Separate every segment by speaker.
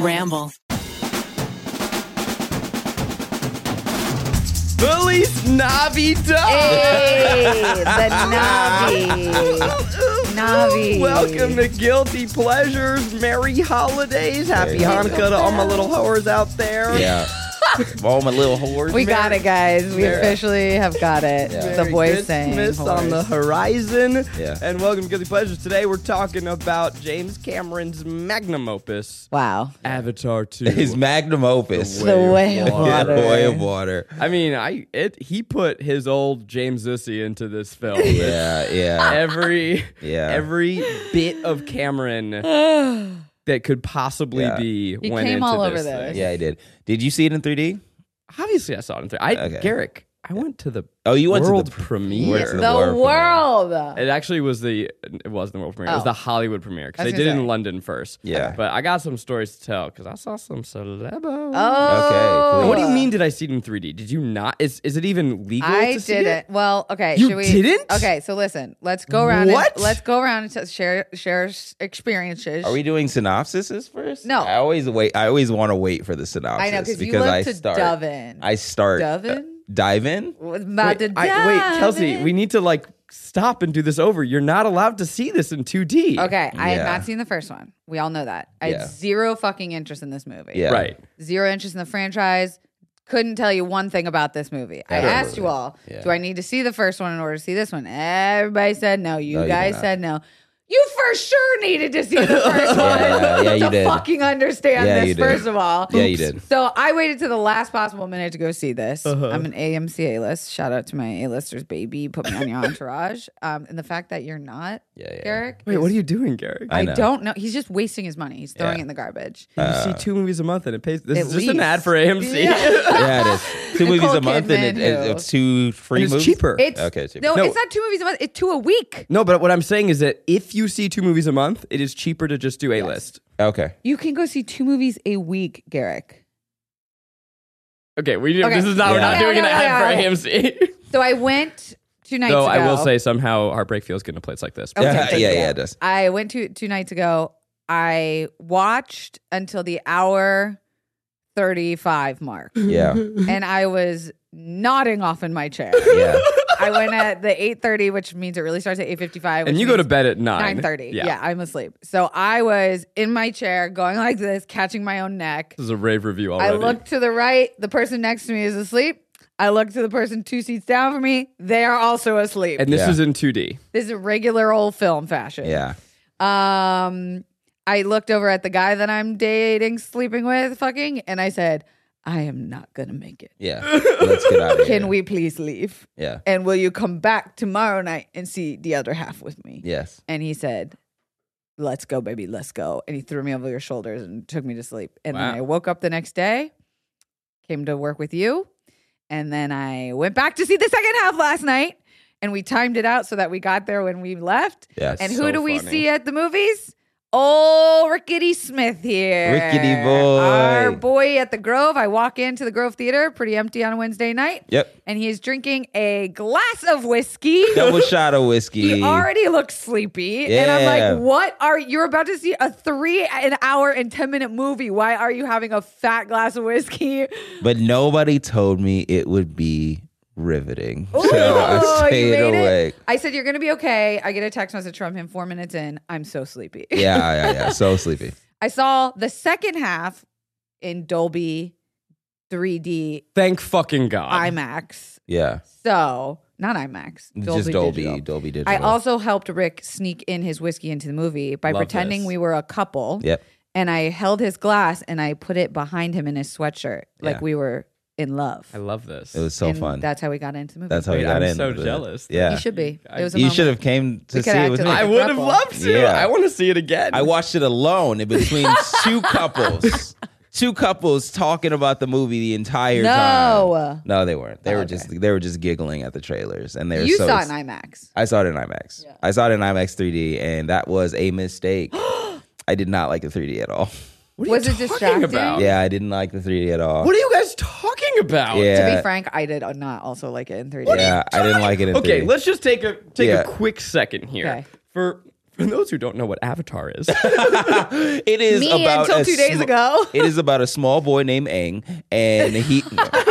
Speaker 1: Ramble.
Speaker 2: Feliz Navidad!
Speaker 3: Hey, the Navi. Navi.
Speaker 2: Welcome to Guilty Pleasures. Merry holidays. Happy Hanukkah to all my little whores out there.
Speaker 4: Yeah. All my little whores.
Speaker 3: We got it, guys. We
Speaker 2: Merry-
Speaker 3: officially have got it. The
Speaker 2: Merry
Speaker 3: boys saying.
Speaker 2: Christmas on the
Speaker 3: horse.
Speaker 2: horizon.
Speaker 4: Yeah.
Speaker 2: And welcome to Guilty Pleasures. Today we're talking about James Cameron's magnum opus,
Speaker 3: Wow.
Speaker 2: Avatar 2.
Speaker 4: His magnum opus.
Speaker 3: The way of
Speaker 4: Yeah,
Speaker 3: water.
Speaker 4: the way of water.
Speaker 2: I mean, I it he put his old James Zissy into this film.
Speaker 4: Yeah, yeah.
Speaker 2: every
Speaker 4: Yeah.
Speaker 2: every bit of Cameron that could possibly
Speaker 4: Yeah.
Speaker 2: be
Speaker 3: He
Speaker 2: went
Speaker 3: came
Speaker 2: into
Speaker 3: all over
Speaker 2: this
Speaker 3: this.
Speaker 2: thing.
Speaker 4: Yeah, I did. Did you see it in 3D?
Speaker 2: Obviously, I saw it in three. I
Speaker 4: Okay.
Speaker 2: Garrick, I went to the
Speaker 4: Oh, you went
Speaker 2: world
Speaker 4: to the
Speaker 2: premiere.
Speaker 4: Yes,
Speaker 3: The,
Speaker 4: the world
Speaker 3: world.
Speaker 2: It actually was the it wasn't the world premiere. It was
Speaker 3: Oh.
Speaker 2: the Hollywood premiere because
Speaker 3: I
Speaker 2: they
Speaker 3: was
Speaker 2: did it
Speaker 3: gonna
Speaker 2: in
Speaker 3: say.
Speaker 2: London first.
Speaker 4: Yeah.
Speaker 2: but I got some stories to tell because I saw some celebos.
Speaker 3: Oh.
Speaker 4: cool.
Speaker 2: What do you mean? Did I see it in 3D? Did you not? Is is it even legal?
Speaker 3: I
Speaker 2: to see
Speaker 3: didn't.
Speaker 2: it?
Speaker 3: Well, okay.
Speaker 2: You
Speaker 3: should we,
Speaker 2: didn't?
Speaker 3: Okay, so listen. Let's go around.
Speaker 2: What?
Speaker 3: And, let's go around and t- share share s- experiences.
Speaker 4: Are we doing synopsises first?
Speaker 3: No.
Speaker 4: I always wait. I always want to wait for the synopsis
Speaker 3: I know because you
Speaker 4: because
Speaker 3: love
Speaker 4: I
Speaker 3: to
Speaker 4: start.
Speaker 3: dove in.
Speaker 4: I start.
Speaker 3: Dove
Speaker 4: uh,
Speaker 3: in?
Speaker 4: dive in.
Speaker 3: About to
Speaker 2: Wait, I- wait,
Speaker 3: dive
Speaker 2: Kelsey,
Speaker 3: in.
Speaker 2: we need to like stop and do this over. You're not allowed to see this in 2D.
Speaker 3: Okay, I have
Speaker 4: Yeah.
Speaker 3: not seen the first one. We all know that. I
Speaker 4: Yeah.
Speaker 3: had zero fucking interest in this movie.
Speaker 4: Yeah.
Speaker 2: Right.
Speaker 3: Zero interest in the franchise. Couldn't tell you one thing about this movie. I
Speaker 4: Sure.
Speaker 3: asked you all,
Speaker 4: Yeah.
Speaker 3: do I need to see the first one in order to see this one? Everybody said no. You
Speaker 4: No, you
Speaker 3: guys
Speaker 4: did not.
Speaker 3: said no. You for sure needed to see the first one
Speaker 4: Yeah, yeah,
Speaker 3: to
Speaker 4: you did.
Speaker 3: fucking understand
Speaker 4: Yeah,
Speaker 3: this,
Speaker 4: you did.
Speaker 3: first of all.
Speaker 4: Yeah, you did.
Speaker 3: So I waited to the last possible minute to go see this.
Speaker 2: Uh-huh.
Speaker 3: I'm an AMC A list. Shout out to my A listers, baby. Put me on your entourage. Um, and the fact that you're not,
Speaker 4: Yeah, yeah.
Speaker 3: Eric.
Speaker 2: Wait, what are you doing, Gary?
Speaker 3: I,
Speaker 4: know.
Speaker 3: don't know. He's just wasting his money. He's throwing it in the garbage.
Speaker 2: you see two movies a month and it pays. This
Speaker 3: at
Speaker 2: is just an
Speaker 3: least.
Speaker 2: ad for AMC.
Speaker 4: yeah, it is. Two movies
Speaker 3: Nicole
Speaker 4: a month, and
Speaker 3: Kidman,
Speaker 4: it, it-
Speaker 3: who-
Speaker 4: it's two free
Speaker 2: And it's
Speaker 4: movies.
Speaker 2: cheaper.
Speaker 3: It's
Speaker 4: Okay, so-
Speaker 3: no,
Speaker 2: No.
Speaker 3: it's not two movies a month. It's two a week.
Speaker 2: No, but what I'm saying is that if you see two movies a month, it is cheaper to just do a list.
Speaker 4: Okay.
Speaker 3: You can go see two movies a week, Garrick.
Speaker 2: Okay, we
Speaker 3: Okay.
Speaker 2: this is not we're
Speaker 4: Yeah.
Speaker 2: not doing
Speaker 3: Yeah, yeah, yeah,
Speaker 2: an ad for AMC.
Speaker 3: So I went two nights
Speaker 2: Though
Speaker 3: ago.
Speaker 2: I will say somehow Heartbreak feels good in a place like this.
Speaker 3: Okay,
Speaker 4: Yeah,
Speaker 3: thank
Speaker 4: yeah,
Speaker 3: you.
Speaker 4: yeah, it does.
Speaker 3: I went to two nights ago. I watched until the hour thirty-five mark,
Speaker 4: Yeah.
Speaker 3: and I was nodding off in my chair.
Speaker 4: Yeah.
Speaker 3: I went at the eight thirty, which means it really starts at eight fifty-five.
Speaker 2: And you go to bed at nine.
Speaker 3: Nine thirty.
Speaker 2: Yeah.
Speaker 3: Yeah. I'm asleep. So I was in my chair, going like this, catching my own neck.
Speaker 2: This is a rave review already.
Speaker 3: I look to the right. The person next to me is asleep. I look to the person two seats down from me. They are also asleep.
Speaker 2: and this
Speaker 4: Yeah.
Speaker 2: is in 2D.
Speaker 3: this is a regular old film fashion.
Speaker 4: Yeah.
Speaker 3: Um, I looked over at the guy that I'm dating, sleeping with, fucking, and I said, I am not going to make it.
Speaker 4: Yeah. Let's get out of here.
Speaker 3: Can we please leave?
Speaker 4: Yeah.
Speaker 3: And will you come back tomorrow night and see the other half with me?
Speaker 4: Yes.
Speaker 3: And he said, Let's go, baby, let's go. And he threw me over your shoulders and took me to sleep. And then
Speaker 2: Wow.
Speaker 3: I woke up the next day, came to work with you. And then I went back to see the second half last night. And we timed it out so that we got there when we left.
Speaker 4: Yes.
Speaker 3: and who
Speaker 2: so
Speaker 3: do we
Speaker 2: funny.
Speaker 3: see at the movies? Oh, Rickety Smith here.
Speaker 4: Rickety boy.
Speaker 3: Our boy at the Grove. I walk into the Grove Theater, pretty empty on a Wednesday night.
Speaker 4: Yep.
Speaker 3: And he is drinking a glass of whiskey.
Speaker 4: Double shot of whiskey.
Speaker 3: He already looks sleepy. And I'm
Speaker 4: Yeah.
Speaker 3: like, what are you're about to see a three an hour and ten minute movie? Why are you having a fat glass of whiskey?
Speaker 4: but nobody told me it would be riveting. so
Speaker 3: Oh,
Speaker 4: I
Speaker 3: you
Speaker 4: stayed
Speaker 3: made it.
Speaker 4: awake.
Speaker 3: I said, You're gonna be okay. I get a text message from him four minutes in. I'm so sleepy.
Speaker 4: Yeah, yeah, yeah. So sleepy.
Speaker 3: I saw the second half in Dolby 3D
Speaker 2: Thank fucking God.
Speaker 3: IMAX.
Speaker 4: Yeah.
Speaker 3: So not IMAX. Dolby
Speaker 4: Just Dolby,
Speaker 3: Digital.
Speaker 4: Dolby Digital.
Speaker 3: I also helped Rick sneak in his whiskey into the movie by
Speaker 2: Love
Speaker 3: pretending
Speaker 2: this.
Speaker 3: we were a couple.
Speaker 4: Yep.
Speaker 3: and I held his glass and I put it behind him in his sweatshirt, like
Speaker 4: Yeah.
Speaker 3: we were in love.
Speaker 2: I love this.
Speaker 4: It was so
Speaker 3: And
Speaker 4: fun.
Speaker 3: That's how we got into the movie.
Speaker 4: That's how we
Speaker 2: Wait,
Speaker 4: got
Speaker 2: I'm
Speaker 4: in.
Speaker 2: so
Speaker 4: with it.
Speaker 2: jealous.
Speaker 4: Yeah,
Speaker 3: you should be.
Speaker 2: I-
Speaker 3: There was a
Speaker 4: you
Speaker 3: moment.
Speaker 4: should have came
Speaker 3: We
Speaker 4: to see
Speaker 3: could
Speaker 4: it
Speaker 3: act
Speaker 4: with
Speaker 3: like a
Speaker 4: me.
Speaker 2: I would have
Speaker 3: couple.
Speaker 2: loved to.
Speaker 4: Yeah.
Speaker 2: I want to see it again.
Speaker 4: I watched it alone in between two couples. Two couples talking about the movie the entire
Speaker 3: No. Oh,
Speaker 4: time. No, they weren't. They were
Speaker 3: Okay.
Speaker 4: just they were just giggling at the trailers, and they were
Speaker 3: You
Speaker 4: so
Speaker 3: saw it in IMAX.
Speaker 4: I saw it in IMAX. I saw it in IMAX 3D, and that was a mistake. I did not like the 3D at all.
Speaker 2: What are
Speaker 3: Was
Speaker 2: you
Speaker 3: it
Speaker 2: talking
Speaker 3: distracting?
Speaker 2: About?
Speaker 4: Yeah, I didn't like the 3D at all.
Speaker 2: What are you guys talking about?
Speaker 4: yeah,
Speaker 3: To be frank, I did not also like it in 3D.
Speaker 4: yeah, I didn't like it. In
Speaker 2: Okay,
Speaker 4: 3D.
Speaker 2: let's just take a take
Speaker 4: Yeah.
Speaker 2: a quick second here
Speaker 3: Okay.
Speaker 2: for for those who don't know what Avatar is.
Speaker 4: It is
Speaker 3: Me
Speaker 4: about
Speaker 3: until
Speaker 4: a
Speaker 3: two days
Speaker 4: sm-
Speaker 3: ago.
Speaker 4: it is about a small boy named Aang, and he.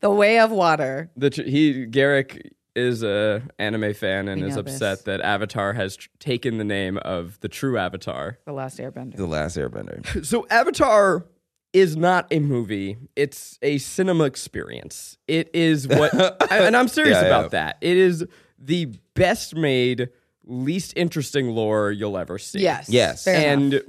Speaker 3: The Way of Water.
Speaker 2: the tr- he Garrick is a anime fan and
Speaker 3: We
Speaker 2: is
Speaker 3: know
Speaker 2: upset
Speaker 3: this.
Speaker 2: that Avatar has tr- taken the name of the true Avatar.
Speaker 3: The Last Airbender.
Speaker 4: the Last Airbender.
Speaker 2: So Avatar is not a movie; it's a cinema experience. It is what, I- and I'm serious
Speaker 4: Yeah,
Speaker 2: about
Speaker 4: yeah.
Speaker 2: that. It is the best made, least interesting lore you'll ever see.
Speaker 3: Yes.
Speaker 4: Yes.
Speaker 3: Fair enough.
Speaker 2: and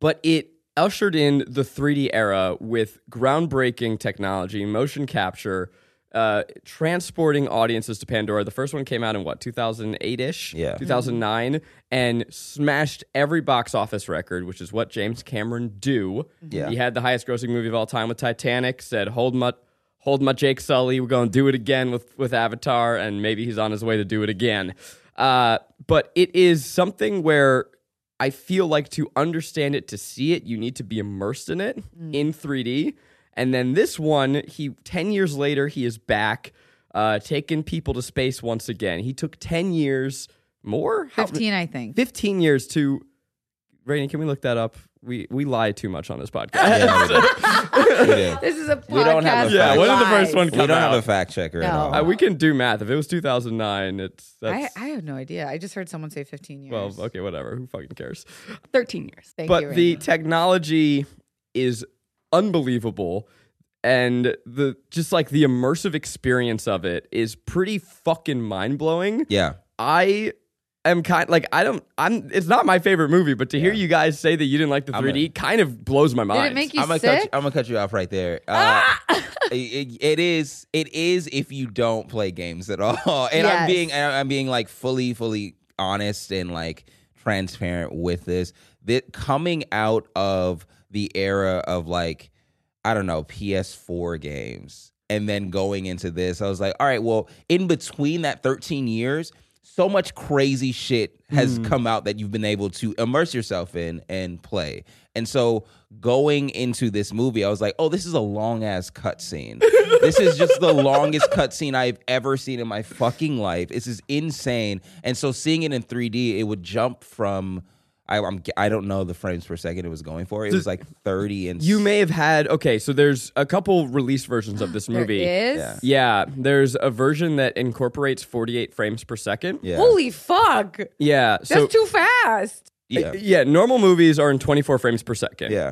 Speaker 2: but it ushered in the 3D era with groundbreaking technology, motion capture, uh, transporting audiences to Pandora. The first one came out in what 2008 ish,
Speaker 4: Yeah. Mm-hmm.
Speaker 2: 2009, and smashed every box office record, which is what James Cameron do.
Speaker 4: Mm-hmm. Yeah.
Speaker 2: he had the highest grossing movie of all time with Titanic. Said hold my hold my Jake Sully. We're gonna do it again with with Avatar, and maybe he's on his way to do it again. Uh, but it is something where I feel like to understand it, to see it, you need to be immersed in it
Speaker 3: Mm.
Speaker 2: in 3D. And then this one, he 10 years later, he is back, uh, taking people to space once again. He took 10 years more? uh, How-
Speaker 3: 15, I think.
Speaker 2: 15 years to. Rainy, can we look that up? We we lie too much on this podcast.
Speaker 4: We did.
Speaker 3: This is a podcast.
Speaker 4: We don't have a
Speaker 2: yeah,
Speaker 4: fact.
Speaker 2: when did the
Speaker 3: live.
Speaker 2: first one
Speaker 4: We
Speaker 2: come
Speaker 4: don't
Speaker 2: out?
Speaker 4: have a fact checker at
Speaker 3: No.
Speaker 4: all.
Speaker 2: Uh, we can do math. If it was 2009, it's
Speaker 3: I,
Speaker 2: that's
Speaker 3: I have no idea. I just heard someone say 15 years.
Speaker 2: 12. Okay, whatever. Who fucking cares?
Speaker 5: 13 years.
Speaker 3: Thank
Speaker 2: but
Speaker 3: you.
Speaker 2: the
Speaker 3: Raina.
Speaker 2: technology is unbelievable and the just like the immersive experience of it is pretty fucking mind-blowing
Speaker 4: yeah.
Speaker 2: i am kind like i don't i'm it's not my favorite movie but to hear you guys say that you didn't like the 3d kind of blows my mind
Speaker 3: Did it make you
Speaker 4: I'm gonna cut you,
Speaker 3: sick? Ah!
Speaker 4: I'm gonna cut you off right there. Uh, it- it- it is it is if you don't play games at all. And
Speaker 3: Yes.
Speaker 4: I'm being and I'm being like fully fully honest and like transparent with this. That coming out of the era of like I don't know PS4 games and then going into this, I was like, all right, well, in between that 13 years. So much crazy shit has
Speaker 2: Hmm.
Speaker 4: come out that you've been able to immerse yourself in and play. And so going into this movie, I was like, oh, this is a long ass cutscene. this is just the longest cutscene I've ever seen in my fucking life. This is insane. And so seeing it in 3D, it would jump from. I, I'm, I don't know the frames per second it was going for. It was like 30 and
Speaker 2: you may have had okay so there's a couple release versions of this
Speaker 3: There
Speaker 2: movie
Speaker 3: is?
Speaker 2: yeah there's a version that incorporates 48 frames per second
Speaker 4: Yeah.
Speaker 3: Holy fuck. That's
Speaker 2: yeah so
Speaker 3: too fast.
Speaker 4: yeah.
Speaker 2: Uh, Yeah, normal movies are in 24 frames per second.
Speaker 4: Yeah.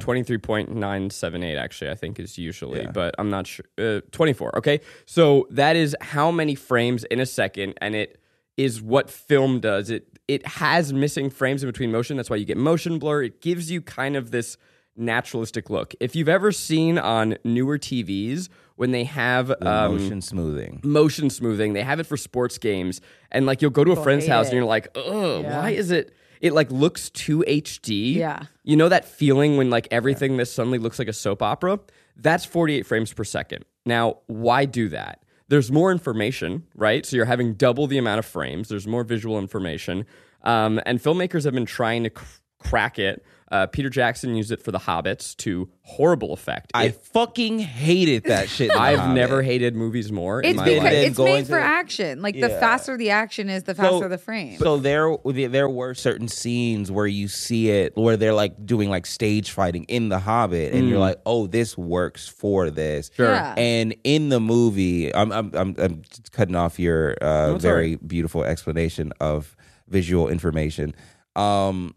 Speaker 2: 23.978 actually I think is usually,
Speaker 4: Yeah.
Speaker 2: but I'm not sure uh, 24, okay? So that is how many frames in a second and it is what film does. It it has missing frames in between motion. That's why you get motion blur. It gives you kind of this naturalistic look. If you've ever seen on newer TVs when they have um,
Speaker 4: motion smoothing.
Speaker 2: motion smoothing. They have it for sports games, and like you'll go to a friend's
Speaker 3: hate
Speaker 2: house
Speaker 3: it.
Speaker 2: and you're like, ugh, why is it? It like looks too HD.
Speaker 3: Yeah.
Speaker 2: you know that feeling when like everything this suddenly looks like a soap opera. That's 48 frames per second. Now, why do that? There's more information, right? So you're having double the amount of frames. There's more visual information, um, and filmmakers have been trying to cr- crack it. Uh, Peter Jackson used it for The Hobbits to horrible effect.
Speaker 4: I
Speaker 2: It-
Speaker 4: fucking hated that shit. in The
Speaker 2: I've
Speaker 4: Hobbit.
Speaker 2: never hated movies more. in
Speaker 3: It's,
Speaker 2: my
Speaker 4: because-
Speaker 2: life.
Speaker 4: Then
Speaker 3: it's
Speaker 4: going
Speaker 3: made for
Speaker 4: to-
Speaker 3: action. Like the
Speaker 4: Yeah.
Speaker 3: faster the action is, the faster the frame.
Speaker 4: So there, there were certain scenes where you see it, where they're like doing like stage fighting in The Hobbit, and you're like, "Oh, this works for this."
Speaker 2: Sure.
Speaker 3: Yeah.
Speaker 4: And in the movie, I'm I'm I'm, I'm just cutting off your uh,
Speaker 2: it's all
Speaker 4: very beautiful explanation of visual information. Um,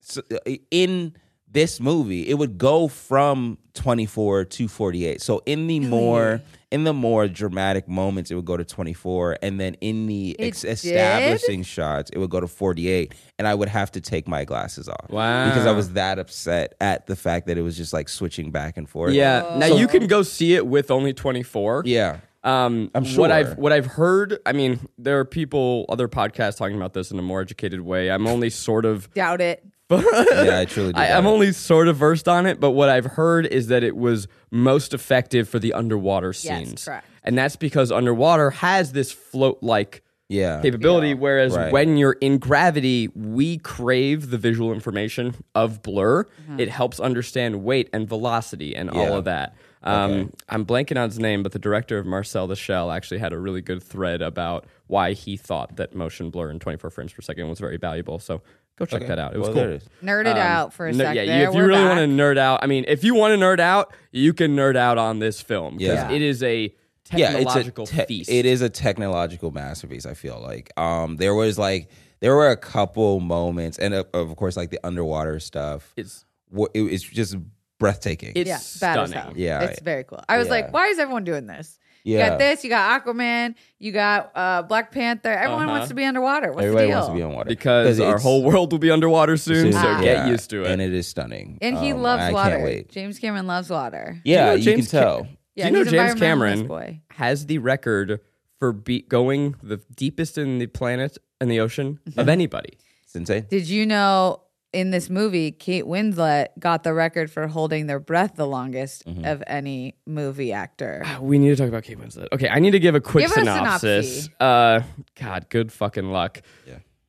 Speaker 4: so, uh, in this movie. It would go from 24 to 48. So in the more in the more dramatic moments, it would go to 24, and then in the ex-
Speaker 3: did?
Speaker 4: establishing shots, it would go to 48, and I would have to take my glasses off
Speaker 2: Wow.
Speaker 4: because I was that upset at the fact that it was just like switching back and forth.
Speaker 2: Yeah. Now you can go see it with only 24.
Speaker 4: yeah.
Speaker 2: Um,
Speaker 4: I'm
Speaker 2: What
Speaker 4: sure.
Speaker 2: I've what I've heard. I mean, there are people, other podcasts talking about this in a more educated way. I'm only sort of.
Speaker 3: Doubt it.
Speaker 4: Yeah, I truly. Do
Speaker 2: I, I'm
Speaker 4: that.
Speaker 2: only sort of versed on it, but what I've heard is that it was most effective for the underwater
Speaker 3: Yes,
Speaker 2: scenes,
Speaker 3: correct.
Speaker 2: and that's because underwater has this float-like
Speaker 4: yeah.
Speaker 2: capability. Whereas
Speaker 4: Right.
Speaker 2: when you're in gravity, we crave the visual information of blur.
Speaker 3: Mm-hmm.
Speaker 2: It helps understand weight and velocity and all
Speaker 4: Yeah.
Speaker 2: of that. Um, I'm blanking on his name, but the director of Marcel the Shell actually had a really good thread about why he thought that motion blur in 24 frames per second was very valuable. So go check that out. It was
Speaker 4: Well,
Speaker 2: cool.
Speaker 4: there it is.
Speaker 3: Nerded out for a
Speaker 2: No-
Speaker 3: second.
Speaker 2: Um, yeah, you- if you really want to nerd out, I mean, if you want to nerd out, you can nerd out on this film because
Speaker 4: Yeah.
Speaker 2: it is a
Speaker 4: yeah, it's
Speaker 2: technological
Speaker 4: a te-
Speaker 2: feast.
Speaker 4: It is a technological masterpiece. I feel like um, there was like there were a couple moments, and of, of course, like the underwater stuff.
Speaker 2: It's
Speaker 4: wha- it, it's just breathtaking.
Speaker 2: it's
Speaker 3: yeah, bad as hell.
Speaker 2: stunning.
Speaker 4: Yeah.
Speaker 3: it's very cool. I was
Speaker 4: Yeah.
Speaker 3: like, why is everyone doing this? You
Speaker 4: Yeah.
Speaker 3: got this. You got Aquaman. You got uh, Black Panther. Everyone
Speaker 2: Uh-huh.
Speaker 3: wants to be underwater. What's
Speaker 4: Everybody
Speaker 3: the deal?
Speaker 4: wants to be on water
Speaker 2: because our
Speaker 4: it's-
Speaker 2: whole world will be underwater soon. So
Speaker 4: yeah,
Speaker 2: get used to it.
Speaker 4: And it is stunning.
Speaker 3: and he
Speaker 2: Oh
Speaker 4: Um,
Speaker 3: loves
Speaker 4: I
Speaker 3: water.
Speaker 4: Can't wait.
Speaker 3: James Cameron loves water.
Speaker 2: you
Speaker 4: Yeah,
Speaker 2: know
Speaker 4: you, can
Speaker 2: James Ca-
Speaker 4: tell.
Speaker 3: Yeah,
Speaker 2: Do you know
Speaker 3: he's
Speaker 2: James
Speaker 3: environmentalist
Speaker 2: Cameron
Speaker 3: boy.
Speaker 2: has the record for be- going the deepest in the planet and the ocean
Speaker 4: Mm-hmm.
Speaker 2: of anybody?
Speaker 4: It's insane.
Speaker 3: Did you know in this movie, Kate Winslet got the record for holding their breath the longest
Speaker 2: Mm-hmm.
Speaker 3: of any movie actor?
Speaker 2: We need to talk about Kate Winslet. Okay, I need to give a quick
Speaker 3: Give us a
Speaker 2: synopsis.
Speaker 3: synopsis.
Speaker 2: Uh, God, good fucking luck.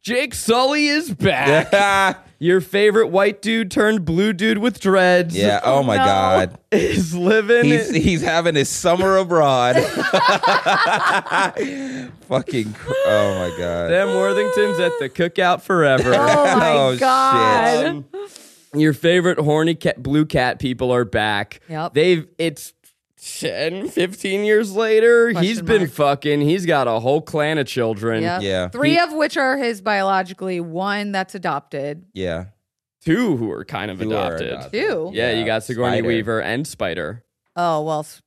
Speaker 2: Jake Sully is back. Your favorite white dude turned blue dude with dreads.
Speaker 4: yeah. Oh, my
Speaker 3: no.
Speaker 4: God.
Speaker 2: is living.
Speaker 4: He's he's having his summer abroad. Fucking. cr- Oh my God.
Speaker 2: Sam Worthington's at the cookout forever.
Speaker 3: Oh my
Speaker 4: Oh, shit.
Speaker 3: god!
Speaker 2: Um, Your favorite horny cat, blue cat people are back.
Speaker 3: Yep.
Speaker 2: They've it's 10, 15 years later.
Speaker 3: Question
Speaker 2: he's been
Speaker 3: mark.
Speaker 2: fucking. He's got a whole clan of children.
Speaker 3: Yep.
Speaker 4: Yeah.
Speaker 3: three of which are his biologically, one that's adopted,
Speaker 4: Yeah.
Speaker 2: Two who are kind of
Speaker 4: You are
Speaker 2: adopted.
Speaker 4: adopted.
Speaker 3: two.
Speaker 2: Yeah, you
Speaker 4: Yeah,
Speaker 2: got Sigourney
Speaker 4: Spider.
Speaker 2: Weaver and Spider.
Speaker 3: Oh well, s-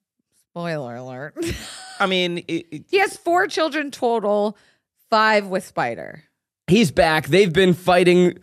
Speaker 3: spoiler alert.
Speaker 4: I mean, it, it-
Speaker 3: he has four children total, five with Spider.
Speaker 2: He's back. They've been fighting.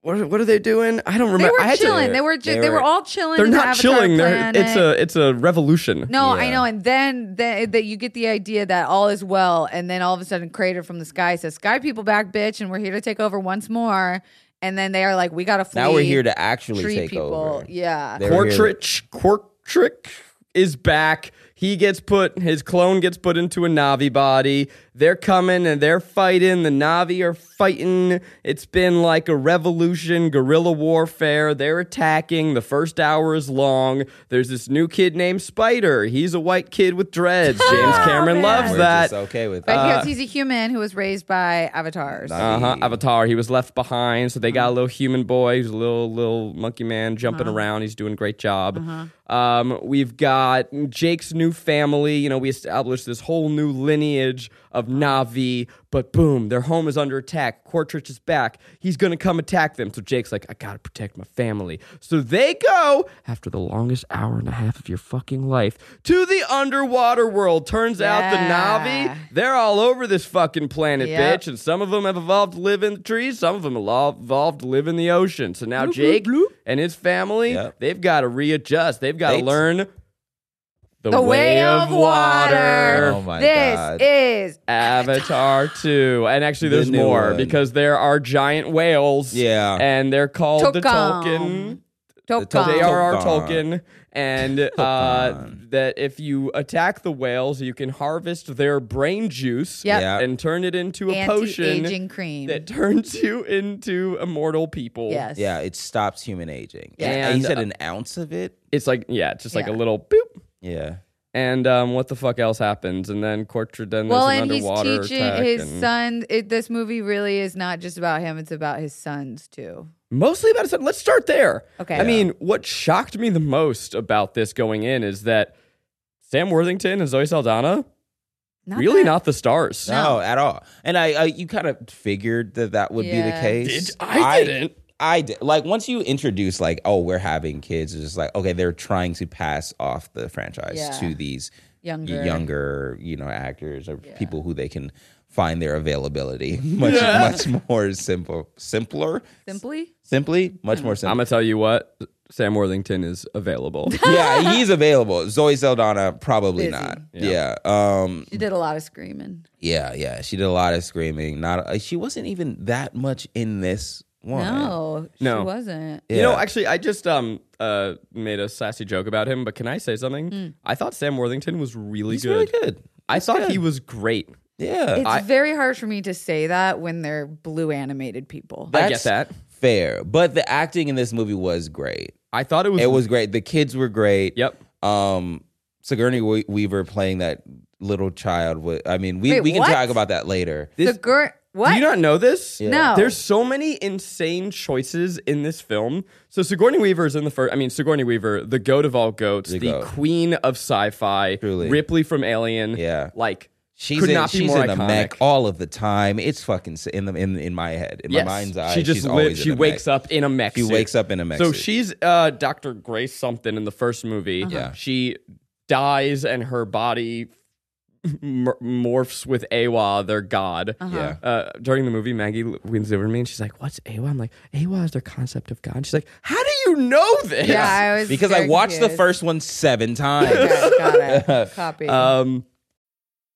Speaker 2: What are, what are they doing? I don't
Speaker 3: They
Speaker 2: remember. I
Speaker 3: were
Speaker 2: had to-
Speaker 3: chilling. they were ju-
Speaker 4: they
Speaker 3: they, were,
Speaker 4: were-
Speaker 3: all chilling.
Speaker 2: They're
Speaker 3: in the
Speaker 2: not
Speaker 3: Avatar
Speaker 2: chilling. They're,
Speaker 3: planet.
Speaker 2: it's a it's a revolution.
Speaker 3: No, I
Speaker 4: Yeah.
Speaker 3: know. And then that that you get the idea that all is well, and then all of a sudden, Crater from the sky says, "Sky people back, bitch!" And we're here to take over once more. And then they are like, "We gotta flee."
Speaker 4: now we're here to actually
Speaker 3: tree
Speaker 4: take
Speaker 3: people.
Speaker 4: over.
Speaker 3: Yeah,
Speaker 4: They were here to-
Speaker 2: Quartrich Quartrick is back. He gets put his clone gets put into a Navi body. They're coming and they're fighting. The Navi are fighting. It's been like a revolution, guerrilla warfare. They're attacking. The first hour is long. There's this new kid named Spider. He's a white kid with dreads. James Cameron loves
Speaker 4: Oh, We're
Speaker 2: that.
Speaker 4: just okay with
Speaker 3: but
Speaker 4: that.
Speaker 3: because he's a human who was raised by avatars.
Speaker 2: Uh huh. Avatar. He was left behind, so they got a little human boy. He's a little little monkey man jumping around. He's doing a great job. Um, we've got Jake's new family. You know, we established this whole new lineage of Navi. But boom, their home is under attack. Quartrich is back. He's gonna come attack them. So Jake's like, I gotta protect my family. So they go after the longest hour and a half of your fucking life to the underwater world. Turns out the
Speaker 3: Yeah.
Speaker 2: Navi they're all over this fucking planet,
Speaker 3: Yep.
Speaker 2: bitch. And some of them have evolved to live in the trees. Some of them have lo- evolved to live in the ocean. So now Jake and his family,
Speaker 4: Yep.
Speaker 2: they've got to readjust. They've got to
Speaker 4: They-
Speaker 2: learn the,
Speaker 3: the way, of water.
Speaker 4: Oh my
Speaker 3: this
Speaker 4: God.
Speaker 3: is
Speaker 2: Avatar 2. And actually,
Speaker 4: The
Speaker 2: there's
Speaker 4: new
Speaker 2: more
Speaker 4: one.
Speaker 2: because there are giant whales.
Speaker 4: Yeah.
Speaker 2: And they're called the
Speaker 3: Tok'om.
Speaker 2: Tolkien.
Speaker 3: Topcon.
Speaker 4: They are-
Speaker 2: J.R.R.
Speaker 4: Tolkien.
Speaker 2: Tolkien, and uh,
Speaker 4: Tolkien.
Speaker 2: that if you attack the whales, you can harvest their brain juice
Speaker 3: Yep.
Speaker 4: Yeah.
Speaker 2: and turn it into a
Speaker 3: anti-aging
Speaker 2: potion
Speaker 3: cream.
Speaker 2: that turns you into immortal people.
Speaker 3: yes.
Speaker 4: yeah, it stops human aging.
Speaker 3: Yeah.
Speaker 4: And he
Speaker 2: And,
Speaker 4: said
Speaker 2: uh,
Speaker 4: an ounce of it.
Speaker 2: It's like, yeah, it's just like a
Speaker 3: Yeah.
Speaker 2: little boop.
Speaker 4: Yeah.
Speaker 2: And um, what the fuck else happens? And then Cortra, then
Speaker 3: Well,
Speaker 2: there's an
Speaker 3: and he's
Speaker 2: underwater
Speaker 3: teaching
Speaker 2: attack
Speaker 3: his
Speaker 2: and-
Speaker 3: son. It, this movie really is not just about him; it's about his sons too.
Speaker 2: mostly about his son. Let's start there.
Speaker 3: Okay.
Speaker 2: I mean, what shocked me the most about this going in is that Sam Worthington and Zoe Saldana really
Speaker 3: that-
Speaker 2: not the stars.
Speaker 4: No, at all. And I, I you kind of figured that that would be
Speaker 3: Yeah.
Speaker 4: the case.
Speaker 2: Did- I didn't.
Speaker 4: I, I did. Like once you introduce like, oh, we're having kids, it's just like, okay, they're trying to pass off the franchise
Speaker 3: Yeah.
Speaker 4: to these
Speaker 3: Younger.
Speaker 4: younger, you know, actors or people who they can find their availability. Much much more simple simpler.
Speaker 3: Simply?
Speaker 4: Simply, much more simple.
Speaker 2: I'm gonna tell you what Sam Worthington is available.
Speaker 4: yeah, he's available. Zoe Saldana, probably
Speaker 3: Busy.
Speaker 4: not. Yeah. Um
Speaker 3: She did a lot of screaming.
Speaker 4: yeah, yeah. She did a lot of screaming. Not uh, she wasn't even that much in this one.
Speaker 3: No,
Speaker 2: No.
Speaker 3: she wasn't.
Speaker 4: Yeah.
Speaker 2: You know, actually, I just um uh made a sassy joke about him, but can I say something?
Speaker 3: Hmm.
Speaker 2: I thought Sam Worthington was really
Speaker 4: he's
Speaker 2: good.
Speaker 4: really good.
Speaker 2: I thought he was great.
Speaker 4: Yeah.
Speaker 3: It's very hard for me to say that when they're blue animated people.
Speaker 2: I get
Speaker 4: That's
Speaker 2: that.
Speaker 4: Fair. But the acting in this movie was great.
Speaker 2: I thought it was.
Speaker 4: It was great. The kids were great.
Speaker 2: Yep.
Speaker 4: Um, Sigourney We- Weaver playing that little child. Was, I mean, we,
Speaker 3: Wait,
Speaker 4: we can
Speaker 3: what?
Speaker 4: talk about that later.
Speaker 3: the girl,
Speaker 2: Do
Speaker 3: what?
Speaker 2: you not know this?
Speaker 3: No.
Speaker 2: There's so many insane choices in this film. So Sigourney Weaver is in the first. I mean, Sigourney Weaver, the goat of all goats, the,
Speaker 4: goat.
Speaker 2: queen of sci-fi,
Speaker 4: Truly.
Speaker 2: Ripley from Alien.
Speaker 4: Yeah.
Speaker 2: Like
Speaker 4: She's
Speaker 2: could
Speaker 4: in,
Speaker 2: not be
Speaker 4: she's
Speaker 2: more
Speaker 4: in the
Speaker 2: iconic.
Speaker 4: mech all of the time. It's fucking s- in the in in my head, in
Speaker 2: Yes.
Speaker 4: my mind's eye.
Speaker 2: She just
Speaker 4: she's
Speaker 2: lives.
Speaker 4: always
Speaker 2: She
Speaker 4: in a
Speaker 2: wakes
Speaker 4: mech.
Speaker 2: up in a mech.
Speaker 4: She
Speaker 2: suit.
Speaker 4: wakes up in a mech.
Speaker 2: So
Speaker 4: suit. Uh-huh.
Speaker 2: she's uh, Dr. Grace something in the first movie.
Speaker 4: Yeah.
Speaker 2: She dies and her body mor- morphs with Awa, their god.
Speaker 4: Yeah.
Speaker 2: Uh, during the movie, Maggie l- leans over to me and she's like, What's Awa? I'm like, Awa is their concept of God. She's like, How do you know this?
Speaker 3: yeah, I was
Speaker 4: because I
Speaker 3: very
Speaker 4: watched the
Speaker 3: confused.
Speaker 4: first one seven times.
Speaker 3: Okay,
Speaker 2: Uh,
Speaker 3: got it. Copy.
Speaker 2: Um,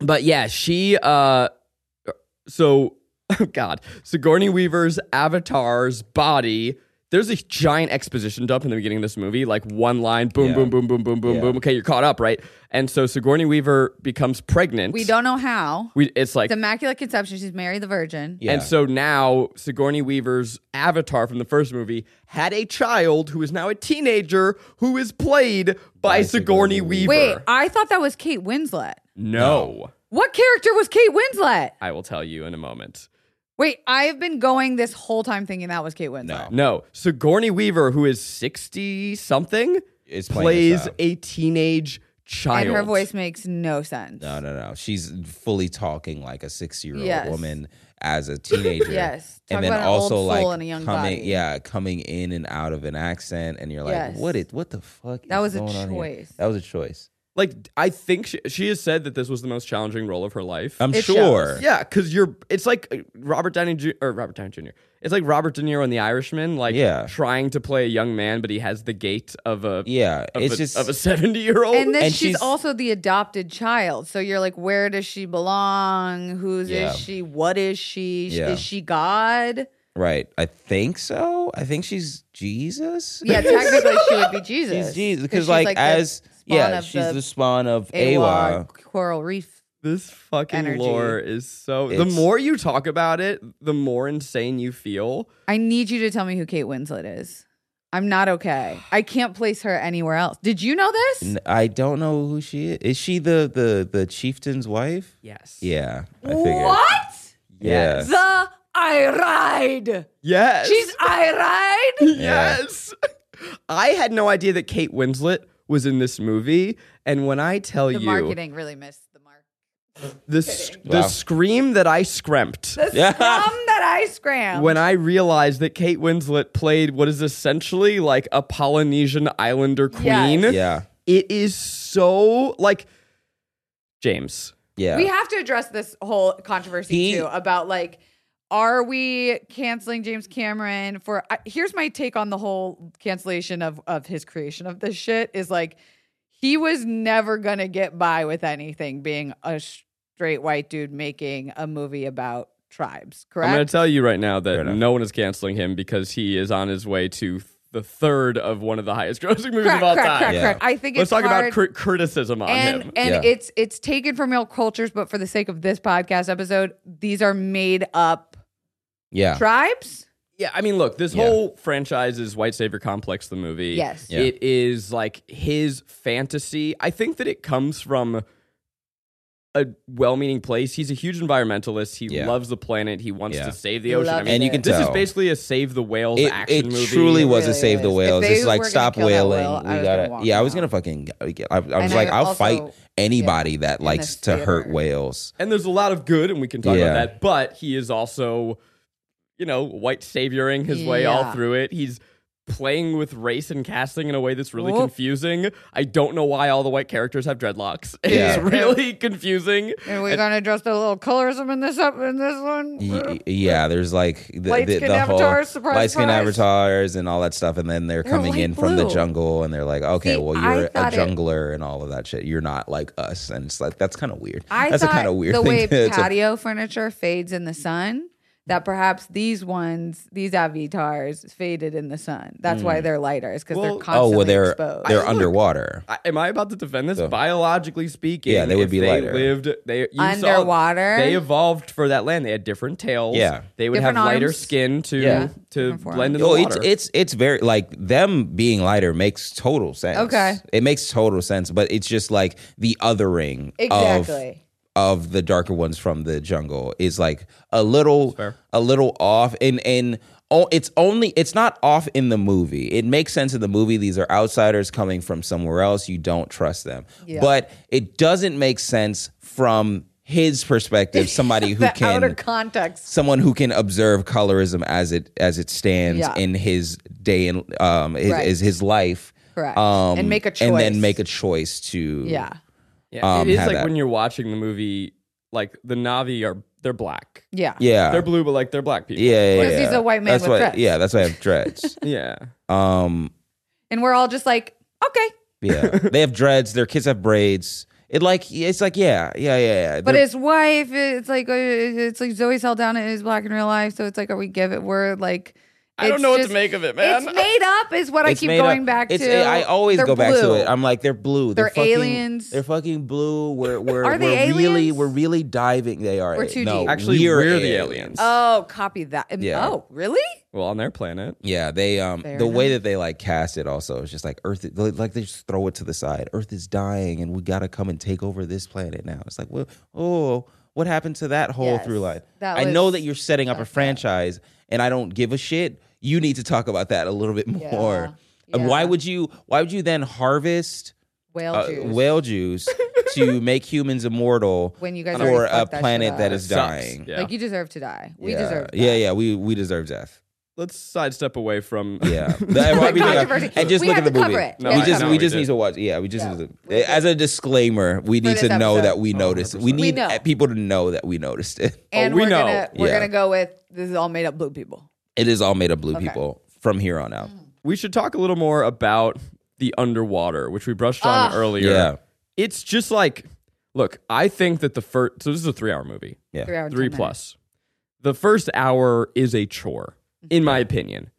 Speaker 2: but yeah, she. Uh, so, oh God, Sigourney Weaver's avatar's body. There's a giant exposition dump in the beginning of this movie, like one line, boom,
Speaker 4: Yeah.
Speaker 2: boom, boom, boom, boom, boom,
Speaker 4: Yeah.
Speaker 2: boom. Okay, you're caught up, right? And so Sigourney Weaver becomes pregnant.
Speaker 3: we don't know how.
Speaker 2: We, it's like,
Speaker 3: It's Immaculate Conception. She's Mary the Virgin.
Speaker 4: Yeah.
Speaker 2: and so now Sigourney Weaver's avatar from the first movie had a child who is now a teenager who is played by, Sigourney, Weaver.
Speaker 3: Wait, uh, I thought that was Kate Winslet.
Speaker 2: no,
Speaker 3: What character was Kate Winslet?
Speaker 2: I will tell you in a moment.
Speaker 3: Wait, I've been going this whole time thinking that was Kate Winslet.
Speaker 2: No, Sigourney Weaver, who is sixty something,
Speaker 4: Is playing
Speaker 2: plays
Speaker 4: this up.
Speaker 2: a teenage child.
Speaker 3: And her voice makes no sense.
Speaker 4: No, no, no. She's fully talking like a six-year-old
Speaker 3: Yes.
Speaker 4: woman as a teenager.
Speaker 3: Yes. Talk
Speaker 4: and then
Speaker 3: about an old
Speaker 4: also
Speaker 3: soul
Speaker 4: like
Speaker 3: and a young
Speaker 4: coming,
Speaker 3: body.
Speaker 4: yeah, coming in and out of an accent, and you're like,
Speaker 3: Yes.
Speaker 4: what? It, what the fuck?
Speaker 3: That
Speaker 4: is
Speaker 3: was a
Speaker 4: going on here?
Speaker 3: choice.
Speaker 4: That was a choice.
Speaker 2: Like I think she, she has said that this was the most challenging role of her life.
Speaker 4: I'm
Speaker 3: It
Speaker 4: sure.
Speaker 2: yeah, because you're. It's like uh, Robert Downey Jr. or Robert Downey Jr. It's like Robert De Niro in The Irishman, like
Speaker 4: Yeah.
Speaker 2: trying to play a young man, but he has the gait of a
Speaker 4: Yeah,
Speaker 2: of
Speaker 4: it's
Speaker 2: a,
Speaker 4: just
Speaker 2: of a seventy year old.
Speaker 3: And then
Speaker 4: Oh, And
Speaker 3: she's,
Speaker 4: she's-
Speaker 3: also the adopted child. So you're like, where does she belong? Whose
Speaker 4: Yeah.
Speaker 3: is she? What is she? Sh-
Speaker 4: Yeah.
Speaker 3: Is she God?
Speaker 4: right. I think so. I think she's Jesus.
Speaker 3: Yeah, technically she would be Jesus.
Speaker 4: she's Jesus
Speaker 3: she's,
Speaker 4: because like,
Speaker 3: the
Speaker 4: as
Speaker 3: spawn
Speaker 4: yeah,
Speaker 3: of
Speaker 4: she's the, spawn of Awa.
Speaker 3: coral reef.
Speaker 2: this fucking
Speaker 3: Energy.
Speaker 2: lore is so. the
Speaker 4: It's-
Speaker 2: more you talk about it, the more insane you feel.
Speaker 3: I need you to tell me who Kate Winslet is. I'm not okay. I can't place her anywhere else. Did you know this?
Speaker 4: N- I don't know who she is. Is she the the the chieftain's wife?
Speaker 2: Yes.
Speaker 4: Yeah, I figured.
Speaker 3: What?
Speaker 4: Yeah.
Speaker 3: The I ride.
Speaker 2: Yes.
Speaker 3: She's I ride.
Speaker 2: Yes. I had no idea that Kate Winslet was in this movie. And when I tell
Speaker 3: The
Speaker 2: you
Speaker 3: marketing really missed the mark.
Speaker 2: the, sc-
Speaker 4: Wow.
Speaker 2: the scream that I screamed
Speaker 3: The scum that I scram.
Speaker 2: when I realized that Kate Winslet played what is essentially like a Polynesian Islander queen,
Speaker 4: Yeah.
Speaker 2: it is so like James.
Speaker 4: Yeah.
Speaker 3: We have to address this whole controversy
Speaker 4: He-
Speaker 3: too about like, are we canceling James Cameron for? I, here's my take on the whole cancellation of of his creation of this shit is like, he was never gonna get by with anything being a straight white dude making a movie about tribes.
Speaker 2: I'm going
Speaker 3: Correct.
Speaker 2: to tell you right now
Speaker 4: Fair
Speaker 2: that
Speaker 4: enough.
Speaker 2: no one is canceling him because he is on his way to the third of one of the highest grossing movies
Speaker 3: Correct,
Speaker 2: of all
Speaker 3: correct,
Speaker 2: time.
Speaker 3: correct,
Speaker 4: Yeah.
Speaker 3: correct. I think
Speaker 2: Let's
Speaker 3: it's
Speaker 2: talk
Speaker 3: hard.
Speaker 2: about cri- criticism on
Speaker 3: and
Speaker 2: him.
Speaker 3: and
Speaker 4: Yeah.
Speaker 3: it's it's taken from real cultures, but for the sake of this podcast episode, these are made up
Speaker 4: yeah.
Speaker 3: tribes.
Speaker 2: Yeah, I mean, look, this whole franchise is White Savior Complex, the movie.
Speaker 3: Yes.
Speaker 4: Yeah.
Speaker 2: It is like his fantasy. I think that it comes from a well meaning place. He's a huge environmentalist. He
Speaker 4: Yeah.
Speaker 2: loves the planet. He wants
Speaker 4: Yeah.
Speaker 2: to save the ocean. I
Speaker 3: Loves
Speaker 2: mean,
Speaker 4: And you
Speaker 3: it.
Speaker 4: can
Speaker 2: this is
Speaker 4: tell.
Speaker 2: basically a save the whales
Speaker 4: it,
Speaker 2: action
Speaker 4: it
Speaker 2: movie.
Speaker 4: truly was
Speaker 3: really
Speaker 4: a save the
Speaker 3: is. If
Speaker 4: whales.
Speaker 3: they
Speaker 4: It's like
Speaker 3: were gonna
Speaker 4: stop
Speaker 3: kill that
Speaker 4: whaling.
Speaker 3: whale, I
Speaker 4: we
Speaker 3: was
Speaker 4: gotta.
Speaker 3: gonna walk
Speaker 4: yeah, I
Speaker 3: him
Speaker 4: was gonna
Speaker 3: out.
Speaker 4: fucking. I I was
Speaker 3: And
Speaker 4: like,
Speaker 3: I
Speaker 4: I'll
Speaker 3: also-
Speaker 4: fight anybody
Speaker 3: yeah,
Speaker 4: that
Speaker 3: in
Speaker 4: likes
Speaker 3: this
Speaker 4: to hurt
Speaker 3: theater.
Speaker 4: whales.
Speaker 2: And there's a lot of good, and we can talk
Speaker 4: Yeah.
Speaker 2: about that. But he is also, you know, white savioring his way all
Speaker 3: Yeah.
Speaker 2: through it. He's playing with race and casting in a way that's really
Speaker 3: Whoop.
Speaker 2: confusing. I don't know why all the white characters have dreadlocks.
Speaker 4: Yeah.
Speaker 2: It's really confusing.
Speaker 3: And we're gonna dress the little colorism in this up in this one.
Speaker 4: Y- yeah, there's like the, the,
Speaker 3: Light-skinned
Speaker 4: the whole
Speaker 3: avatars, surprise,
Speaker 4: light skin
Speaker 3: surprise.
Speaker 4: avatars and all that stuff, and then they're,
Speaker 3: They're
Speaker 4: coming
Speaker 3: light
Speaker 4: in from the
Speaker 3: blue.
Speaker 4: jungle, and they're like, okay,
Speaker 3: See,
Speaker 4: well,
Speaker 3: I
Speaker 4: you're a
Speaker 3: thought it-
Speaker 4: jungler and all of that shit. You're not like us, and it's like that's kind of weird.
Speaker 3: I
Speaker 4: that's a
Speaker 3: thought
Speaker 4: kind of weird
Speaker 3: the
Speaker 4: thing.
Speaker 3: way
Speaker 4: to- to-
Speaker 3: patio furniture fades in the sun. That perhaps these ones, these avatars, faded in the sun. That's why they're lighter, is because
Speaker 2: Well- Oh,
Speaker 3: they're
Speaker 4: oh
Speaker 3: constantly
Speaker 4: Mm. well, they're
Speaker 3: exposed.
Speaker 4: they're underwater.
Speaker 2: I, am I about to defend this?
Speaker 4: So-
Speaker 2: Biologically speaking,
Speaker 4: Yeah, they would
Speaker 2: if
Speaker 4: be lighter.
Speaker 2: lived they you
Speaker 3: Underwater?
Speaker 2: Saw, they evolved for that land. They had different tails.
Speaker 4: Yeah.
Speaker 2: they would
Speaker 3: Different
Speaker 2: have lighter
Speaker 3: arms.
Speaker 2: skin to
Speaker 4: Yeah.
Speaker 2: to
Speaker 3: Different
Speaker 2: blend in the
Speaker 4: Oh,
Speaker 2: water.
Speaker 4: it's it's it's very like them being lighter makes total sense.
Speaker 3: Okay.
Speaker 4: it makes total sense, but it's just like the othering of
Speaker 3: exactly.
Speaker 4: of the darker ones from the jungle is like a little
Speaker 2: fair.
Speaker 4: a little off and and oh it's only it's not off in the movie it makes sense in the movie these are outsiders coming from somewhere else you don't trust them but it doesn't make sense from his perspective somebody who
Speaker 3: the
Speaker 4: can
Speaker 3: outer context.
Speaker 4: someone who can observe colorism as it as it stands
Speaker 3: Yeah.
Speaker 4: in his day and um his,
Speaker 3: Right.
Speaker 4: is his life
Speaker 3: Correct.
Speaker 4: um
Speaker 3: And make a
Speaker 4: and then
Speaker 3: choice.
Speaker 4: make a choice to
Speaker 3: Yeah.
Speaker 2: yeah,
Speaker 4: um,
Speaker 2: it is
Speaker 4: have
Speaker 2: like
Speaker 4: that.
Speaker 2: when you're watching the movie, like the Navi are they're black.
Speaker 3: Yeah.
Speaker 4: yeah
Speaker 2: They're blue, but like they're black people.
Speaker 4: Uh, yeah yeah,
Speaker 3: Because
Speaker 4: yeah.
Speaker 3: he's a white man
Speaker 4: that's
Speaker 3: with
Speaker 4: why
Speaker 3: dreads.
Speaker 4: yeah that's why I have dreads
Speaker 2: Yeah.
Speaker 4: um
Speaker 3: And we're all just like, okay.
Speaker 4: yeah they have dreads their kids have braids it like it's like yeah yeah yeah, yeah.
Speaker 3: But
Speaker 4: They're-
Speaker 3: his wife, it's like uh, it's like Zoe Saldana is black in real life, so it's like, are we give it? We're like,
Speaker 2: I don't
Speaker 3: it's
Speaker 2: know what to
Speaker 3: just-
Speaker 2: make of it, man.
Speaker 3: It's made up, is what I
Speaker 4: it's
Speaker 3: keep
Speaker 4: made up-
Speaker 3: going back
Speaker 4: it's,
Speaker 3: to.
Speaker 4: I always
Speaker 3: They're
Speaker 4: go back to
Speaker 3: blue.
Speaker 4: it. I'm like, they're blue. They're,
Speaker 3: They're
Speaker 4: fucking,
Speaker 3: aliens.
Speaker 4: They're fucking blue. We're we're,
Speaker 3: Are
Speaker 4: we're
Speaker 3: they
Speaker 4: really
Speaker 3: aliens?
Speaker 4: we're really diving. They are.
Speaker 3: We're too
Speaker 4: no,
Speaker 3: deep.
Speaker 2: Actually,
Speaker 4: we're,
Speaker 2: we're the
Speaker 4: aliens.
Speaker 2: aliens.
Speaker 3: oh, copy that. Um,
Speaker 4: Yeah.
Speaker 3: Oh, really?
Speaker 2: Well, on their planet.
Speaker 4: Yeah, they um
Speaker 3: Fair
Speaker 4: the way that they like cast it also is just like Earth like like they just throw it to the side. Earth is dying and we gotta come and take over this planet now. It's like, well, oh, what happened to that whole
Speaker 3: Yes,
Speaker 4: through line?
Speaker 3: that
Speaker 4: I know
Speaker 3: was-
Speaker 4: that you're setting up a franchise and I don't give a shit. You need to talk about that a little bit more. And Why
Speaker 3: yeah.
Speaker 4: would you why would you then harvest
Speaker 3: Whale
Speaker 4: uh,
Speaker 3: juice.
Speaker 4: whale juice to make humans immortal
Speaker 3: When you guys
Speaker 4: for
Speaker 3: already
Speaker 4: a
Speaker 3: fucked that shit
Speaker 4: planet that
Speaker 3: up.
Speaker 4: is
Speaker 2: It sucks.
Speaker 4: dying?
Speaker 2: Yeah.
Speaker 3: Like you deserve to die. We
Speaker 4: yeah.
Speaker 3: deserve. That.
Speaker 4: Yeah, yeah, we we deserve death.
Speaker 2: Let's sidestep away from.
Speaker 4: Yeah, That-
Speaker 3: Like
Speaker 4: we-
Speaker 3: controversy.
Speaker 4: and just
Speaker 3: We
Speaker 4: look
Speaker 3: had
Speaker 4: at the
Speaker 3: to
Speaker 4: movie.
Speaker 3: cover it.
Speaker 2: No,
Speaker 4: we
Speaker 2: I
Speaker 4: just
Speaker 2: know
Speaker 4: we
Speaker 2: we
Speaker 4: just
Speaker 2: did.
Speaker 4: need to watch. Yeah, we just
Speaker 3: Yeah,
Speaker 4: need to- eh,
Speaker 3: we did.
Speaker 4: as a disclaimer, we need
Speaker 3: this
Speaker 4: to know
Speaker 3: episode.
Speaker 4: that we noticed. We need
Speaker 3: know.
Speaker 4: people to know that we noticed it.
Speaker 3: And
Speaker 2: Oh, we
Speaker 3: are
Speaker 2: know.
Speaker 3: Gonna, we're
Speaker 4: Yeah.
Speaker 3: gonna go with this is all made up blue people.
Speaker 4: It is all made of blue people from here on out.
Speaker 3: Mm.
Speaker 2: We should talk a little more about the underwater, which we brushed on earlier.
Speaker 4: Yeah.
Speaker 2: It's just like, look, I think that the first. So this is a three-hour movie.
Speaker 4: Yeah.
Speaker 3: Three, hour and
Speaker 2: three
Speaker 3: 10
Speaker 2: plus. The first hour is a chore,
Speaker 3: Mm-hmm.
Speaker 2: in my opinion.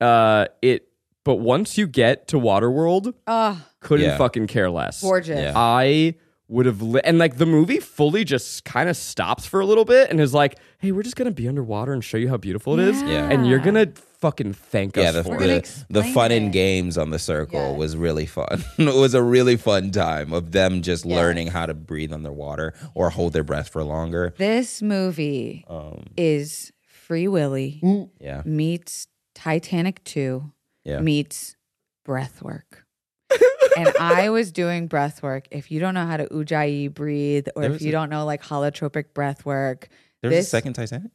Speaker 2: Uh, it. But once you get to Waterworld,
Speaker 3: minutes. Oh,
Speaker 2: couldn't
Speaker 4: Yeah.
Speaker 2: fucking care less.
Speaker 3: gorgeous.
Speaker 4: Yeah.
Speaker 2: I would have li- and like the movie fully just kind of stops for a little bit and is like, "Hey, we're just gonna be underwater and show you how beautiful it is,
Speaker 4: Yeah.
Speaker 2: and you're gonna fucking thank
Speaker 4: Yeah,
Speaker 2: us
Speaker 4: the
Speaker 2: for
Speaker 3: gonna
Speaker 2: it."
Speaker 4: the, the
Speaker 3: explain
Speaker 4: fun
Speaker 3: it.
Speaker 4: and games on the circle
Speaker 3: Yeah.
Speaker 4: was really fun. it was a really fun time of them just learning how to breathe underwater or hold their breath for longer.
Speaker 3: This movie
Speaker 4: Um.
Speaker 3: is Free Willy
Speaker 4: Yeah,
Speaker 3: meets Titanic Two
Speaker 4: yeah.
Speaker 3: meets breath work. and I was doing breath work. If you don't know how to ujjayi breathe, or
Speaker 4: There
Speaker 3: if
Speaker 4: was
Speaker 3: you
Speaker 4: a-
Speaker 3: don't know like holotropic breath work,
Speaker 4: There was a
Speaker 3: this-
Speaker 4: second Titanic.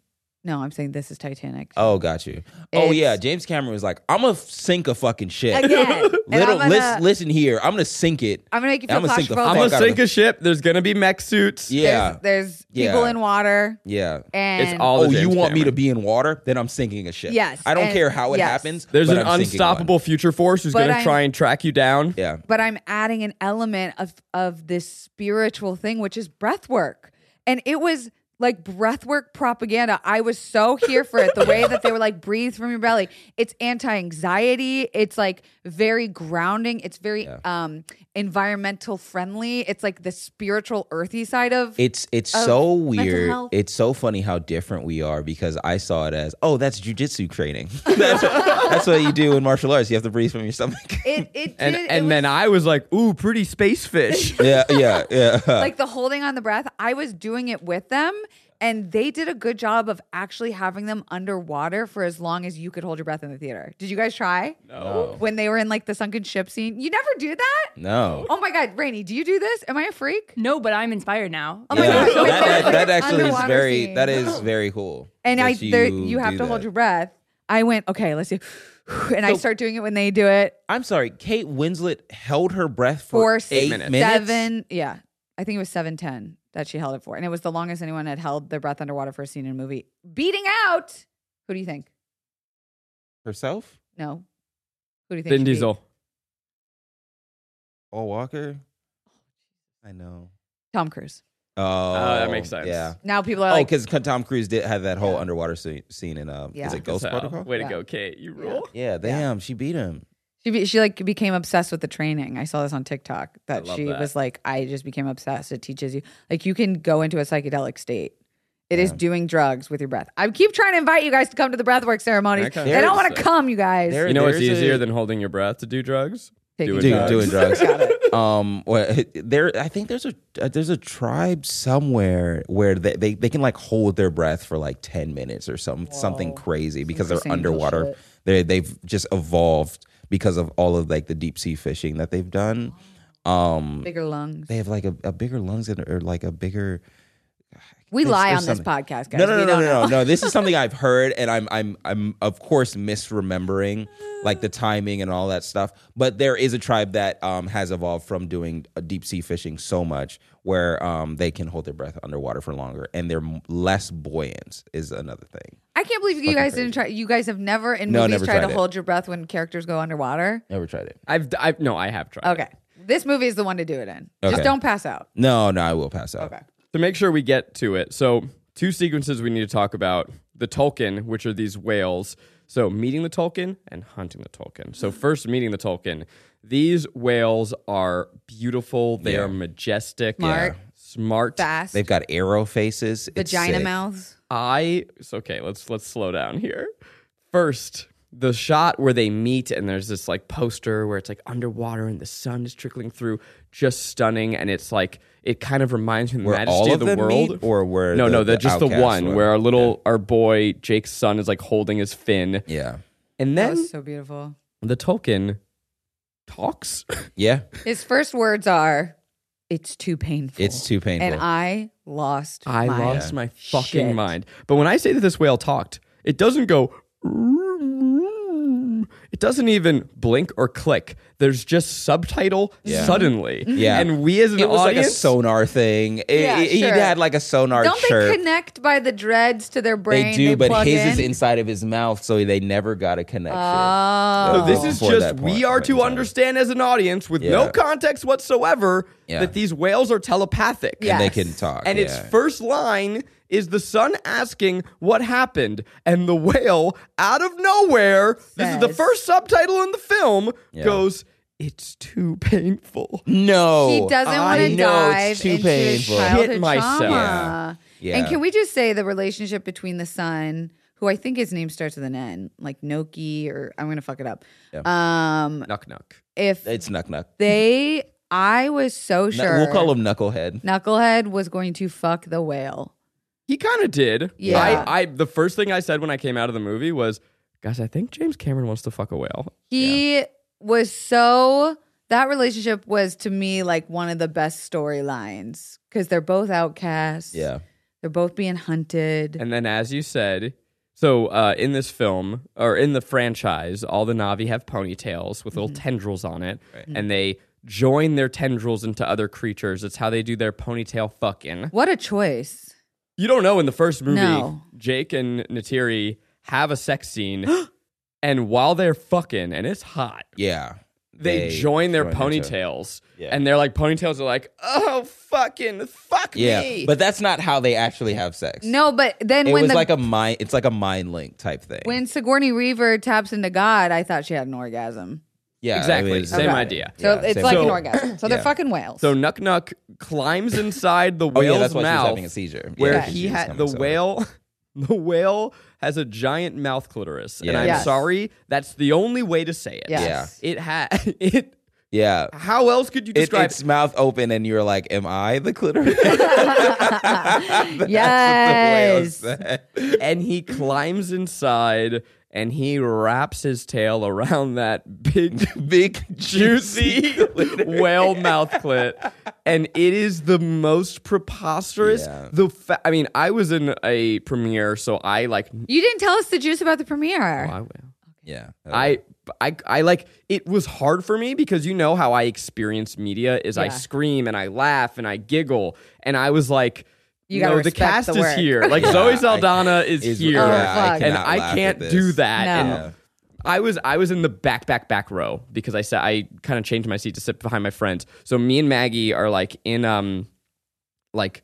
Speaker 3: no, I'm saying this is Titanic.
Speaker 4: Oh, got you. Oh
Speaker 3: It's-
Speaker 4: yeah, James Cameron was like, "I'm gonna sink a fucking ship."
Speaker 3: Again, and
Speaker 4: Little,
Speaker 3: I'm
Speaker 4: listen,
Speaker 3: gonna,
Speaker 4: listen here. I'm gonna sink it.
Speaker 3: I'm gonna make you feel
Speaker 4: I'm gonna sink the
Speaker 3: claustrophobic.
Speaker 2: I'm
Speaker 4: fuck
Speaker 2: gonna
Speaker 4: out of
Speaker 2: sink
Speaker 4: the-
Speaker 2: a ship. There's gonna be mech suits.
Speaker 4: Yeah,
Speaker 3: There's, there's
Speaker 4: Yeah.
Speaker 3: people in water.
Speaker 4: yeah.
Speaker 3: And
Speaker 2: It's all
Speaker 4: oh,
Speaker 2: the
Speaker 4: you
Speaker 2: James
Speaker 4: want me to
Speaker 2: Cameron.
Speaker 4: be in water? Then I'm sinking a ship.
Speaker 3: Yes,
Speaker 4: I don't
Speaker 3: and-
Speaker 4: care how it
Speaker 3: yes.
Speaker 4: happens.
Speaker 2: There's
Speaker 4: but
Speaker 2: an
Speaker 4: I'm sinking one.
Speaker 2: unstoppable future force who's
Speaker 3: But
Speaker 2: gonna
Speaker 3: I'm-
Speaker 2: try and track you down.
Speaker 4: Yeah.
Speaker 3: but I'm adding an element of of this spiritual thing, which is breath work. And it was like breathwork propaganda. I was so here for it. The way that they were like, breathe from your belly. It's anti anxiety. It's like very grounding. It's very um environmental friendly. It's like the spiritual earthy side of
Speaker 4: It's it's
Speaker 3: of
Speaker 4: so
Speaker 3: mental
Speaker 4: weird.
Speaker 3: health.
Speaker 4: It's so funny how different we are because I saw it as, oh, that's jujitsu training. that's, that's what you do in martial arts. You have to breathe from your stomach.
Speaker 3: it. It
Speaker 2: And
Speaker 3: did, it
Speaker 2: and
Speaker 3: was-
Speaker 2: then I was like, ooh, pretty space fish.
Speaker 4: yeah, yeah, yeah.
Speaker 3: like the holding on the breath, I was doing it with them. And they did a good job of actually having them underwater for as long as you could hold your breath in the theater. Did you guys try?
Speaker 2: No.
Speaker 3: When they were in like the sunken ship scene, you never do that.
Speaker 4: no.
Speaker 3: Oh my god, Rainey, do you do this? Am I a freak?
Speaker 1: No, but I'm inspired now.
Speaker 3: Oh my
Speaker 4: Yeah.
Speaker 3: God.
Speaker 4: that, that- that actually is
Speaker 3: Underwater
Speaker 4: very
Speaker 3: scene.
Speaker 4: that is very cool.
Speaker 3: And I,
Speaker 4: that
Speaker 3: there, you have
Speaker 4: do
Speaker 3: to hold
Speaker 4: that.
Speaker 3: your breath. I went okay. Let's see, and I start doing it when they do it.
Speaker 4: I'm sorry, Kate Winslet held her breath
Speaker 3: Four,
Speaker 4: for
Speaker 3: s-
Speaker 4: eight
Speaker 2: minutes.
Speaker 3: seven, yeah, I think it was seven ten that she held it for, and it was the longest anyone had held their breath underwater for a scene in a movie, beating out. Who do you think?
Speaker 4: herself.
Speaker 3: No. Who do you think?
Speaker 2: Vin
Speaker 3: she beat?
Speaker 2: Diesel.
Speaker 4: Paul Walker. I know.
Speaker 3: Tom Cruise.
Speaker 4: Oh,
Speaker 2: that makes sense.
Speaker 4: Yeah.
Speaker 3: Now people are
Speaker 4: Oh,
Speaker 3: like,
Speaker 4: because Tom Cruise did have that whole underwater scene, scene in uh,
Speaker 3: Yeah.
Speaker 4: is it Ghost
Speaker 2: So,
Speaker 4: Protocol?
Speaker 2: Way to
Speaker 3: Yeah.
Speaker 2: go, Kate. You rule.
Speaker 4: Yeah, damn, she beat him.
Speaker 3: she be, she like became obsessed with the training. I saw this on TikTok that
Speaker 2: love
Speaker 3: she
Speaker 2: that.
Speaker 3: was like, I just became obsessed. It teaches you like you can go into a psychedelic state. It is doing drugs with your breath. I keep trying to invite you guys to come to the breathwork ceremonies.
Speaker 2: Okay.
Speaker 3: They don't want to
Speaker 2: There's-
Speaker 3: come, you guys.
Speaker 4: there-
Speaker 2: You know what's
Speaker 4: There's
Speaker 2: easier
Speaker 4: a-
Speaker 2: than holding your breath to do drugs?
Speaker 3: Taking
Speaker 4: Dude,
Speaker 2: drugs.
Speaker 4: doing drugs. um, well, there, I think there's a uh, there's a tribe somewhere where they, they, they can like hold their breath for like ten minutes or some something crazy because they're
Speaker 3: Christine
Speaker 4: underwater.
Speaker 3: bullshit.
Speaker 4: They they've just evolved because of all of like the deep sea fishing that they've done. Um,
Speaker 3: bigger lungs.
Speaker 4: they have like a, a bigger lungs and or like a bigger.
Speaker 3: We
Speaker 4: it's-
Speaker 3: lie
Speaker 4: there's
Speaker 3: on this
Speaker 4: something-
Speaker 3: podcast, guys.
Speaker 4: No, no,
Speaker 3: We
Speaker 4: no, no,
Speaker 3: don't
Speaker 4: no, no,
Speaker 3: know.
Speaker 4: no. This is something I've heard, and I'm, I'm, I'm, of course, misremembering like the timing and all that stuff. But there is a tribe that um, has evolved from doing uh, deep sea fishing so much where um, they can hold their breath underwater for longer, and they're m- less buoyant. Is another thing.
Speaker 3: I can't believe you guys didn't try. You guys have never in
Speaker 4: No,
Speaker 3: movies
Speaker 4: never
Speaker 3: tried,
Speaker 4: tried
Speaker 3: to
Speaker 4: it.
Speaker 3: hold your breath when characters go underwater.
Speaker 4: Never tried it.
Speaker 2: I've, d- I've no, I have tried.
Speaker 3: Okay, this movie is the one to do it in. Just
Speaker 4: Okay.
Speaker 3: don't pass out.
Speaker 4: No, no, I will pass out.
Speaker 3: Okay.
Speaker 2: to make sure we get to it. So, two sequences we need to talk about the Tolkien, which are these whales. So, meeting the Tolkien and hunting the Tolkien. So, first, meeting the Tolkien. These whales are beautiful. They
Speaker 4: Yeah.
Speaker 2: are majestic.
Speaker 3: Smart. Yeah.
Speaker 2: Smart.
Speaker 3: Fast.
Speaker 4: They've got arrow faces. It's
Speaker 3: vagina
Speaker 4: sick.
Speaker 3: mouths.
Speaker 2: I it's okay, let's let's slow down here. First, the shot where they meet and there's this like poster where it's like underwater and the sun is trickling through, just stunning and it's like it kind of reminds me of the
Speaker 4: Where
Speaker 2: majesty
Speaker 4: all
Speaker 2: of
Speaker 4: of
Speaker 2: the
Speaker 4: them
Speaker 2: world
Speaker 4: meet, or where
Speaker 2: No,
Speaker 4: the-
Speaker 2: no, the,
Speaker 4: the
Speaker 2: just the
Speaker 4: outcasts
Speaker 2: one
Speaker 4: were?
Speaker 2: where our little our boy Jake's son is like holding his fin.
Speaker 4: Yeah,
Speaker 2: And
Speaker 3: That
Speaker 2: then
Speaker 3: was so beautiful.
Speaker 2: the Tolkien talks.
Speaker 4: yeah.
Speaker 3: His first words are, "It's too painful."
Speaker 4: It's too painful.
Speaker 3: And um, I lost.
Speaker 2: I
Speaker 3: my
Speaker 2: lost my fucking
Speaker 3: shit.
Speaker 2: mind. But when I say that this whale talked, it doesn't go. It doesn't even blink or click. There's just subtitle suddenly.
Speaker 4: Yeah.
Speaker 2: And we as an
Speaker 4: it was like a
Speaker 2: audience.
Speaker 4: sonar thing. It,
Speaker 3: Yeah,
Speaker 4: it- he
Speaker 3: sure.
Speaker 4: had like a sonar
Speaker 3: Don't
Speaker 4: chirp.
Speaker 3: they connect by the dreads to their brain?
Speaker 4: They do, but
Speaker 3: plug
Speaker 4: his
Speaker 3: in?
Speaker 4: is inside of his mouth, so they never got a connection.
Speaker 2: no,
Speaker 3: Oh.
Speaker 2: this is
Speaker 4: Before
Speaker 2: just
Speaker 4: that point,
Speaker 2: we are
Speaker 4: right,
Speaker 2: to
Speaker 4: sorry.
Speaker 2: understand as an audience with no
Speaker 4: Yeah.
Speaker 2: context whatsoever
Speaker 4: Yeah.
Speaker 2: that these whales are telepathic.
Speaker 3: Yeah.
Speaker 4: They
Speaker 3: Yes.
Speaker 4: can talk.
Speaker 2: And its
Speaker 4: yeah.
Speaker 2: first line is the son asking what happened, and the whale, out of nowhere, this is the
Speaker 3: Says-
Speaker 2: first subtitle in the film,
Speaker 4: Yeah.
Speaker 2: goes, It's too painful.
Speaker 4: no.
Speaker 3: He doesn't
Speaker 4: Oh, I
Speaker 3: want to
Speaker 4: know,
Speaker 3: dive
Speaker 4: it's too
Speaker 3: into
Speaker 4: painful.
Speaker 3: his childhood
Speaker 2: Shit myself.
Speaker 3: trauma.
Speaker 4: Yeah.
Speaker 3: And
Speaker 4: Yeah.
Speaker 3: can we just say the relationship between the son, who I think his name starts with an N, like Noki, or I'm gonna fuck it up. Um,
Speaker 2: Knock, knock.
Speaker 3: if
Speaker 4: It's knuck knuck.
Speaker 3: they, I was so
Speaker 4: Knuck-
Speaker 3: sure.
Speaker 4: We'll call him knucklehead.
Speaker 3: Knucklehead was going to fuck the whale.
Speaker 2: He kind of did.
Speaker 3: Yeah.
Speaker 2: I, I, the first thing I said when I came out of the movie was, Guys, I think James Cameron wants to fuck a whale.
Speaker 3: He was so that relationship was to me like one of the best storylines because they're both outcasts.
Speaker 4: Yeah.
Speaker 3: they're both being hunted.
Speaker 2: And then, as you said, so uh, in this film or in the franchise, all the Navi have ponytails with little tendrils on it, and they join their tendrils into other creatures. It's how they do their ponytail fucking.
Speaker 3: what a choice!
Speaker 2: You don't know in the first movie,
Speaker 3: No.
Speaker 2: Jake and Natiri have a sex scene, and while they're fucking, and it's hot,
Speaker 4: Yeah.
Speaker 2: they, join their ponytails, and they're like ponytails are like, oh fucking fuck
Speaker 4: Yeah,
Speaker 2: me.
Speaker 4: but that's not how they actually have sex.
Speaker 3: No, but then
Speaker 4: it
Speaker 3: when
Speaker 4: was
Speaker 3: the
Speaker 4: like a mind. It's like a mind link type thing.
Speaker 3: when Sigourney Weaver taps into God, I thought she had an orgasm.
Speaker 4: yeah, I
Speaker 2: Exactly,
Speaker 4: mean, it's-
Speaker 2: same
Speaker 4: yeah,
Speaker 2: idea.
Speaker 3: So
Speaker 4: yeah,
Speaker 3: it's
Speaker 4: same
Speaker 3: like an
Speaker 4: idea.
Speaker 3: orgasm. So they're
Speaker 4: Yeah.
Speaker 3: fucking whales.
Speaker 2: so Nuck Nuck climbs inside the
Speaker 4: Oh
Speaker 2: whale's
Speaker 4: yeah, that's why she was
Speaker 2: mouth,
Speaker 4: having a seizure.
Speaker 2: where
Speaker 4: Yeah, she
Speaker 2: he
Speaker 4: was
Speaker 2: had
Speaker 4: coming
Speaker 2: the
Speaker 4: so-
Speaker 2: whale. The whale has a giant mouth clitoris, and
Speaker 4: Yeah.
Speaker 2: I'm
Speaker 3: Yes.
Speaker 2: sorry, that's the only way to say it.
Speaker 3: Yes.
Speaker 2: It had it.
Speaker 4: Yeah,
Speaker 2: How else could you
Speaker 4: it,
Speaker 2: describe
Speaker 4: its mouth open, and you're like, "Am I the clitoris?"
Speaker 3: yes.
Speaker 2: and he climbs inside and he wraps his tail around that big
Speaker 4: Big
Speaker 2: juicy whale mouth clit and it is the most preposterous
Speaker 4: Yeah.
Speaker 2: the fa- i mean i was in a premiere so i like
Speaker 3: You didn't tell us the juice about the premiere.
Speaker 2: I,
Speaker 4: Yeah,
Speaker 2: I I I like it was hard for me because you know how I experience media is I
Speaker 3: Yeah.
Speaker 2: scream and I laugh and I giggle and I was like
Speaker 3: You
Speaker 2: no
Speaker 3: gotta
Speaker 2: the
Speaker 3: respect
Speaker 2: cast
Speaker 3: the
Speaker 2: is
Speaker 3: work.
Speaker 2: here like
Speaker 4: Yeah,
Speaker 2: Zoe
Speaker 4: I-
Speaker 2: Saldana is,
Speaker 4: is-
Speaker 2: here
Speaker 3: yeah, I Oh, fuck.
Speaker 2: and
Speaker 4: cannot laugh
Speaker 2: I
Speaker 4: at
Speaker 2: can't
Speaker 4: this.
Speaker 2: do that
Speaker 3: No.
Speaker 2: and I was I was in the back back back row because I said I kind of changed my seat to sit behind my friends. So me and Maggie are like in um like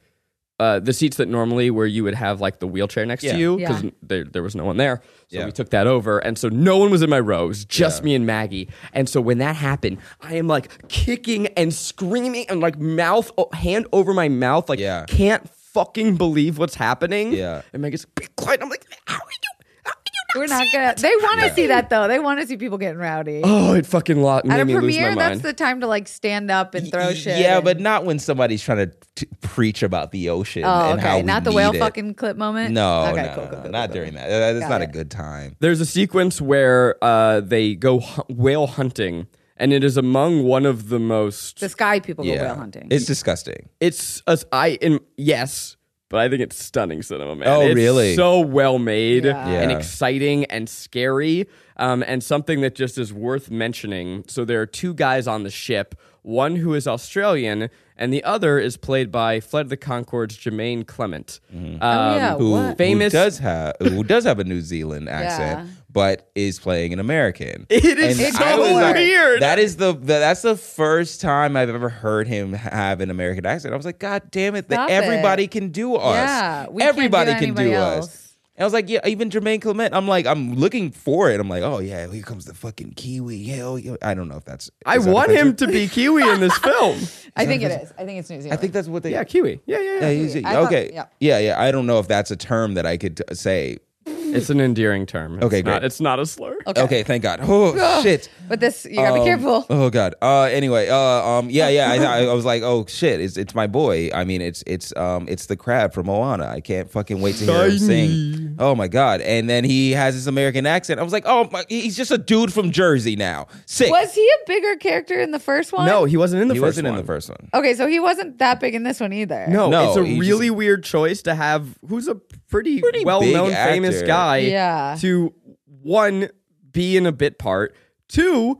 Speaker 2: uh the seats that normally where you would have like the wheelchair next
Speaker 4: Yeah.
Speaker 2: to you
Speaker 3: Yeah.
Speaker 2: because there there was no one there. So
Speaker 4: Yeah.
Speaker 2: we took that over and so no one was in my row. It was just
Speaker 4: Yeah.
Speaker 2: me and Maggie. And so when that happened, I am like kicking and screaming and like mouth o- hand over my mouth like
Speaker 4: Yeah.
Speaker 2: can't fucking believe what's happening.
Speaker 4: Yeah.
Speaker 2: And Maggie's like, be quiet. I'm like, how are you? How are you
Speaker 3: We're not gonna. They want to see that though. They want to see people getting rowdy.
Speaker 2: Oh, it fucking lot made
Speaker 3: At a
Speaker 2: me lose my
Speaker 3: premiere, that's
Speaker 2: mind.
Speaker 3: the time to like stand up and throw
Speaker 4: Y-
Speaker 3: shit.
Speaker 4: Yeah,
Speaker 3: and-
Speaker 4: but not when somebody's trying to t- preach about the ocean.
Speaker 3: oh,
Speaker 4: and how
Speaker 3: okay,
Speaker 4: we
Speaker 3: not the
Speaker 4: need
Speaker 3: whale
Speaker 4: it.
Speaker 3: fucking clip moment.
Speaker 4: No,
Speaker 3: okay,
Speaker 4: no,
Speaker 3: cool,
Speaker 4: no,
Speaker 3: cool, cool,
Speaker 4: not
Speaker 3: cool.
Speaker 4: during that. That- That's
Speaker 3: Got
Speaker 4: not
Speaker 3: it.
Speaker 4: a good time.
Speaker 2: There's a sequence where uh, they go hu- whale hunting, and it is among one of the most.
Speaker 3: The sky people go
Speaker 4: Yeah,
Speaker 3: whale hunting.
Speaker 4: It's disgusting.
Speaker 2: It's as I in yes, but I think it's stunning cinema, man.
Speaker 4: Oh,
Speaker 2: It's
Speaker 4: really?
Speaker 2: So well made
Speaker 3: Yeah.
Speaker 4: Yeah.
Speaker 2: and exciting and scary, um, and something that just is worth mentioning. So there are two guys on the ship. One who is Australian, and the other is played by Fled the Concorde's Jermaine Clement.
Speaker 4: Mm-hmm.
Speaker 2: Um,
Speaker 3: oh yeah,
Speaker 4: um, Who,
Speaker 3: what?
Speaker 2: Famous-
Speaker 4: who does have who does have a New Zealand accent,
Speaker 3: Yeah.
Speaker 4: but is playing an American.
Speaker 2: It is
Speaker 4: And
Speaker 2: so
Speaker 4: I was like,
Speaker 2: weird.
Speaker 4: That is the, the that's the first time I've ever heard him have an American accent. I was like, God damn it!
Speaker 3: Stop
Speaker 4: That
Speaker 3: it.
Speaker 4: everybody can do us.
Speaker 3: Yeah, we can't do
Speaker 4: everybody can
Speaker 3: anybody
Speaker 4: do us.
Speaker 3: else.
Speaker 4: And I was like, yeah, even Jermaine Clement. I'm like, I'm looking for it. I'm like, oh yeah, here comes the fucking Kiwi. Hell, yeah. I don't know if that's.
Speaker 2: I
Speaker 4: is that
Speaker 2: want him
Speaker 4: offensive?
Speaker 2: to be Kiwi in this film.
Speaker 3: I think it is. I think it's New Zealand.
Speaker 4: I think that's what they.
Speaker 2: Yeah, Kiwi. Yeah, yeah, yeah.
Speaker 4: Yeah, he's-
Speaker 3: I thought-
Speaker 4: okay.
Speaker 3: yeah.
Speaker 4: yeah, yeah. I don't know if that's a term that I could uh, say.
Speaker 2: It's an endearing term. It's
Speaker 4: Okay,
Speaker 2: Not,
Speaker 4: great.
Speaker 2: it's not a slur.
Speaker 4: Okay, thank God. Oh shit.
Speaker 3: but this you gotta be
Speaker 4: Um,
Speaker 3: careful.
Speaker 4: Oh God. Uh. Anyway. Uh. Um. Yeah. Yeah. I, I, I was like, oh shit. It's it's my boy. I mean, it's it's um it's the crab from Moana. I can't fucking wait to hear him sing. Oh my God. And then he has his American accent. I was like, oh, my, he's just a dude from Jersey now. Sick.
Speaker 3: Was he a bigger character in the first one?
Speaker 2: No, he wasn't in the
Speaker 4: he
Speaker 2: first
Speaker 4: wasn't
Speaker 2: one.
Speaker 4: in the first one.
Speaker 3: Okay, so he wasn't that big in this one either.
Speaker 2: No,
Speaker 4: No,
Speaker 2: it's a
Speaker 4: he just-
Speaker 2: really weird choice to have who's a pretty,
Speaker 4: Pretty
Speaker 2: well-known
Speaker 4: big
Speaker 2: famous
Speaker 4: actor.
Speaker 2: guy
Speaker 3: Yeah.
Speaker 2: to one be in a bit part, two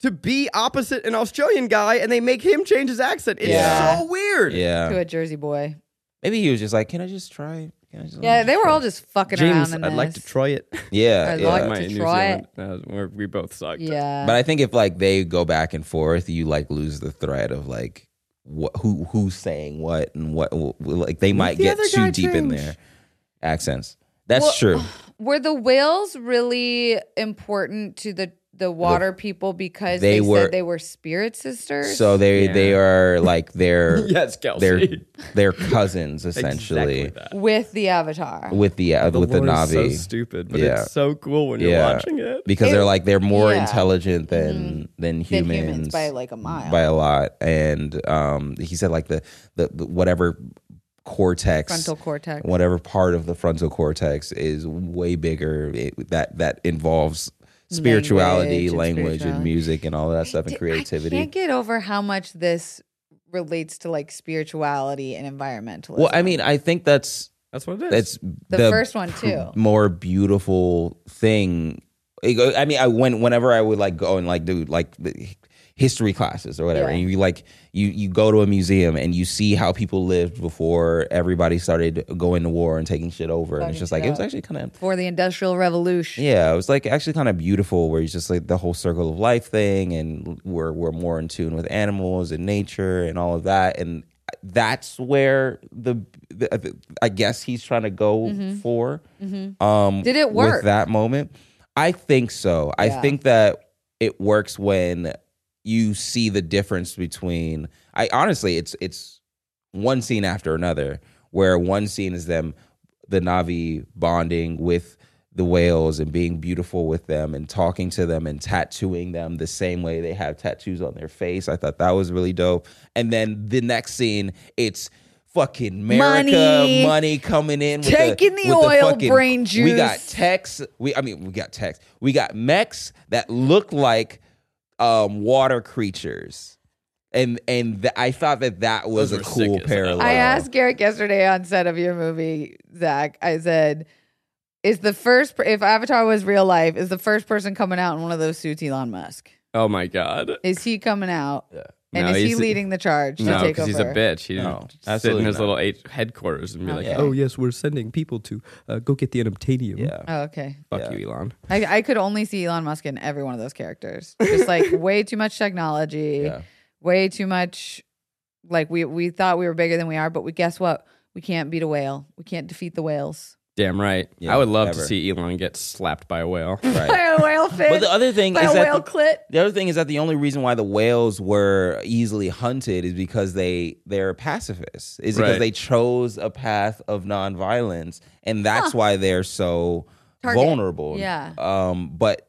Speaker 2: to be opposite an Australian guy and they make him change his accent. It's
Speaker 4: Yeah.
Speaker 2: so weird.
Speaker 3: to
Speaker 4: Yeah.
Speaker 3: a Jersey boy.
Speaker 4: Maybe he was just like, can I just try? Can I just
Speaker 3: Yeah, they were all just fucking
Speaker 2: James,
Speaker 3: around in
Speaker 2: I'd like to
Speaker 3: this.
Speaker 2: try it.
Speaker 4: Yeah.
Speaker 3: I
Speaker 4: yeah.
Speaker 3: like-
Speaker 2: My
Speaker 3: to
Speaker 2: New
Speaker 3: try
Speaker 2: Zealand, uh, where we both sucked.
Speaker 3: Yeah,
Speaker 4: But I think if like they go back and forth, you like lose the thread of like what who who's saying what and what wh- like they might
Speaker 2: the
Speaker 4: get
Speaker 2: other guy
Speaker 4: too deep in
Speaker 2: change?
Speaker 4: their accents. That's
Speaker 3: Well,
Speaker 4: true.
Speaker 3: were the whales really important to the the water people because
Speaker 4: they
Speaker 3: they,
Speaker 4: were-
Speaker 3: said they were spirit sisters?
Speaker 4: So they
Speaker 2: Yeah.
Speaker 4: they are like they're
Speaker 2: Yes,
Speaker 4: they're
Speaker 2: Kelsey.
Speaker 4: they're cousins essentially
Speaker 2: Exactly that.
Speaker 3: with the avatar.
Speaker 4: with the, uh, with the
Speaker 2: lore is
Speaker 4: Navi
Speaker 2: so stupid, but
Speaker 4: Yeah.
Speaker 2: it's so cool when you're
Speaker 4: Yeah.
Speaker 2: watching it.
Speaker 4: because they're like they're more
Speaker 3: yeah. Mm-hmm.
Speaker 4: intelligent than than
Speaker 3: than
Speaker 4: humans.
Speaker 3: humans by like a mile.
Speaker 4: by a lot and um he said like the the, the whatever cortex
Speaker 3: Frontal cortex.
Speaker 4: whatever part of the frontal cortex is way bigger it, that that involves
Speaker 3: Language
Speaker 4: spirituality language and,
Speaker 3: and spirituality.
Speaker 4: music and all that stuff and creativity
Speaker 3: I can't get over how much this relates to like spirituality and environmentalism.
Speaker 4: well i mean i think that's
Speaker 2: That's what it is.
Speaker 4: that's
Speaker 3: the, first one too.
Speaker 4: more beautiful thing. It go- I mean, I when whenever I would like go and like do like the- history classes or whatever,
Speaker 3: Yeah.
Speaker 4: and you like you you go to a museum and you see how people lived before everybody started going to war and taking shit over, and
Speaker 3: Fucking
Speaker 4: it's just like
Speaker 3: shit
Speaker 4: it was
Speaker 3: up.
Speaker 4: actually kind of
Speaker 3: for the Industrial Revolution.
Speaker 4: yeah, it was like actually kind of beautiful where you just like the whole circle of life thing and we're we're more in tune with animals and nature and all of that and that's where the, the I guess he's trying to go for.
Speaker 3: Mm-hmm.
Speaker 4: Um
Speaker 3: Did it
Speaker 4: with
Speaker 3: work?
Speaker 4: that moment? I think so. I
Speaker 3: Yeah.
Speaker 4: think that it works when you see the difference between I honestly it's it's one scene after another where one scene is them the Navi bonding with the whales and being beautiful with them and talking to them and tattooing them the same way they have tattoos on their face. I thought that was really dope. And then the next scene, it's fucking America
Speaker 3: Money.
Speaker 4: money, coming in, with
Speaker 3: Taking the
Speaker 4: with
Speaker 3: oil brain
Speaker 4: We got
Speaker 3: juice.
Speaker 4: Tex. We I mean we got Tex. We got Mex that look like um, water creatures. And and th- I thought that that was
Speaker 2: Those were
Speaker 4: a
Speaker 2: sick
Speaker 4: cool
Speaker 2: as hell.
Speaker 4: parallel.
Speaker 3: I asked Garrick yesterday on set of your movie, Zach. I said, "Is the first per- if Avatar was real life, is the first person coming out in one of those suits Elon Musk?
Speaker 2: Oh my god.
Speaker 3: Is he coming out? And
Speaker 2: No,
Speaker 3: is he
Speaker 2: he's-
Speaker 3: leading the charge
Speaker 2: No,
Speaker 3: to take
Speaker 2: because
Speaker 3: over?
Speaker 2: he's a bitch. He
Speaker 4: No,
Speaker 2: no, sit
Speaker 4: absolutely
Speaker 2: in his
Speaker 4: not.
Speaker 2: little eight headquarters and be like,
Speaker 3: Okay.
Speaker 2: "Oh yes, we're sending people to uh, go get the unobtainium."
Speaker 4: Yeah.
Speaker 3: Oh, okay.
Speaker 2: Fuck you, Elon.
Speaker 3: I, I could only see Elon Musk in every one of those characters. Just like way too much technology,
Speaker 4: Yeah.
Speaker 3: way too much. Like we we thought we were bigger than we are, but we guess what? We can't beat a whale. We can't defeat the whales.
Speaker 2: Damn right.
Speaker 4: Yeah,
Speaker 2: I would love to
Speaker 4: ever.
Speaker 2: see Elon get slapped by a whale.
Speaker 4: Right.
Speaker 3: By a whale fin.
Speaker 4: But the other thing
Speaker 3: by
Speaker 4: is
Speaker 3: a
Speaker 4: that
Speaker 3: whale
Speaker 4: the-
Speaker 3: clit.
Speaker 4: The other thing is that the only reason why the whales were easily hunted is because they they're pacifists. Is because
Speaker 2: Right.
Speaker 4: they chose a path of nonviolence, and that's why they're so
Speaker 3: Target.
Speaker 4: vulnerable.
Speaker 3: Yeah.
Speaker 4: Um. But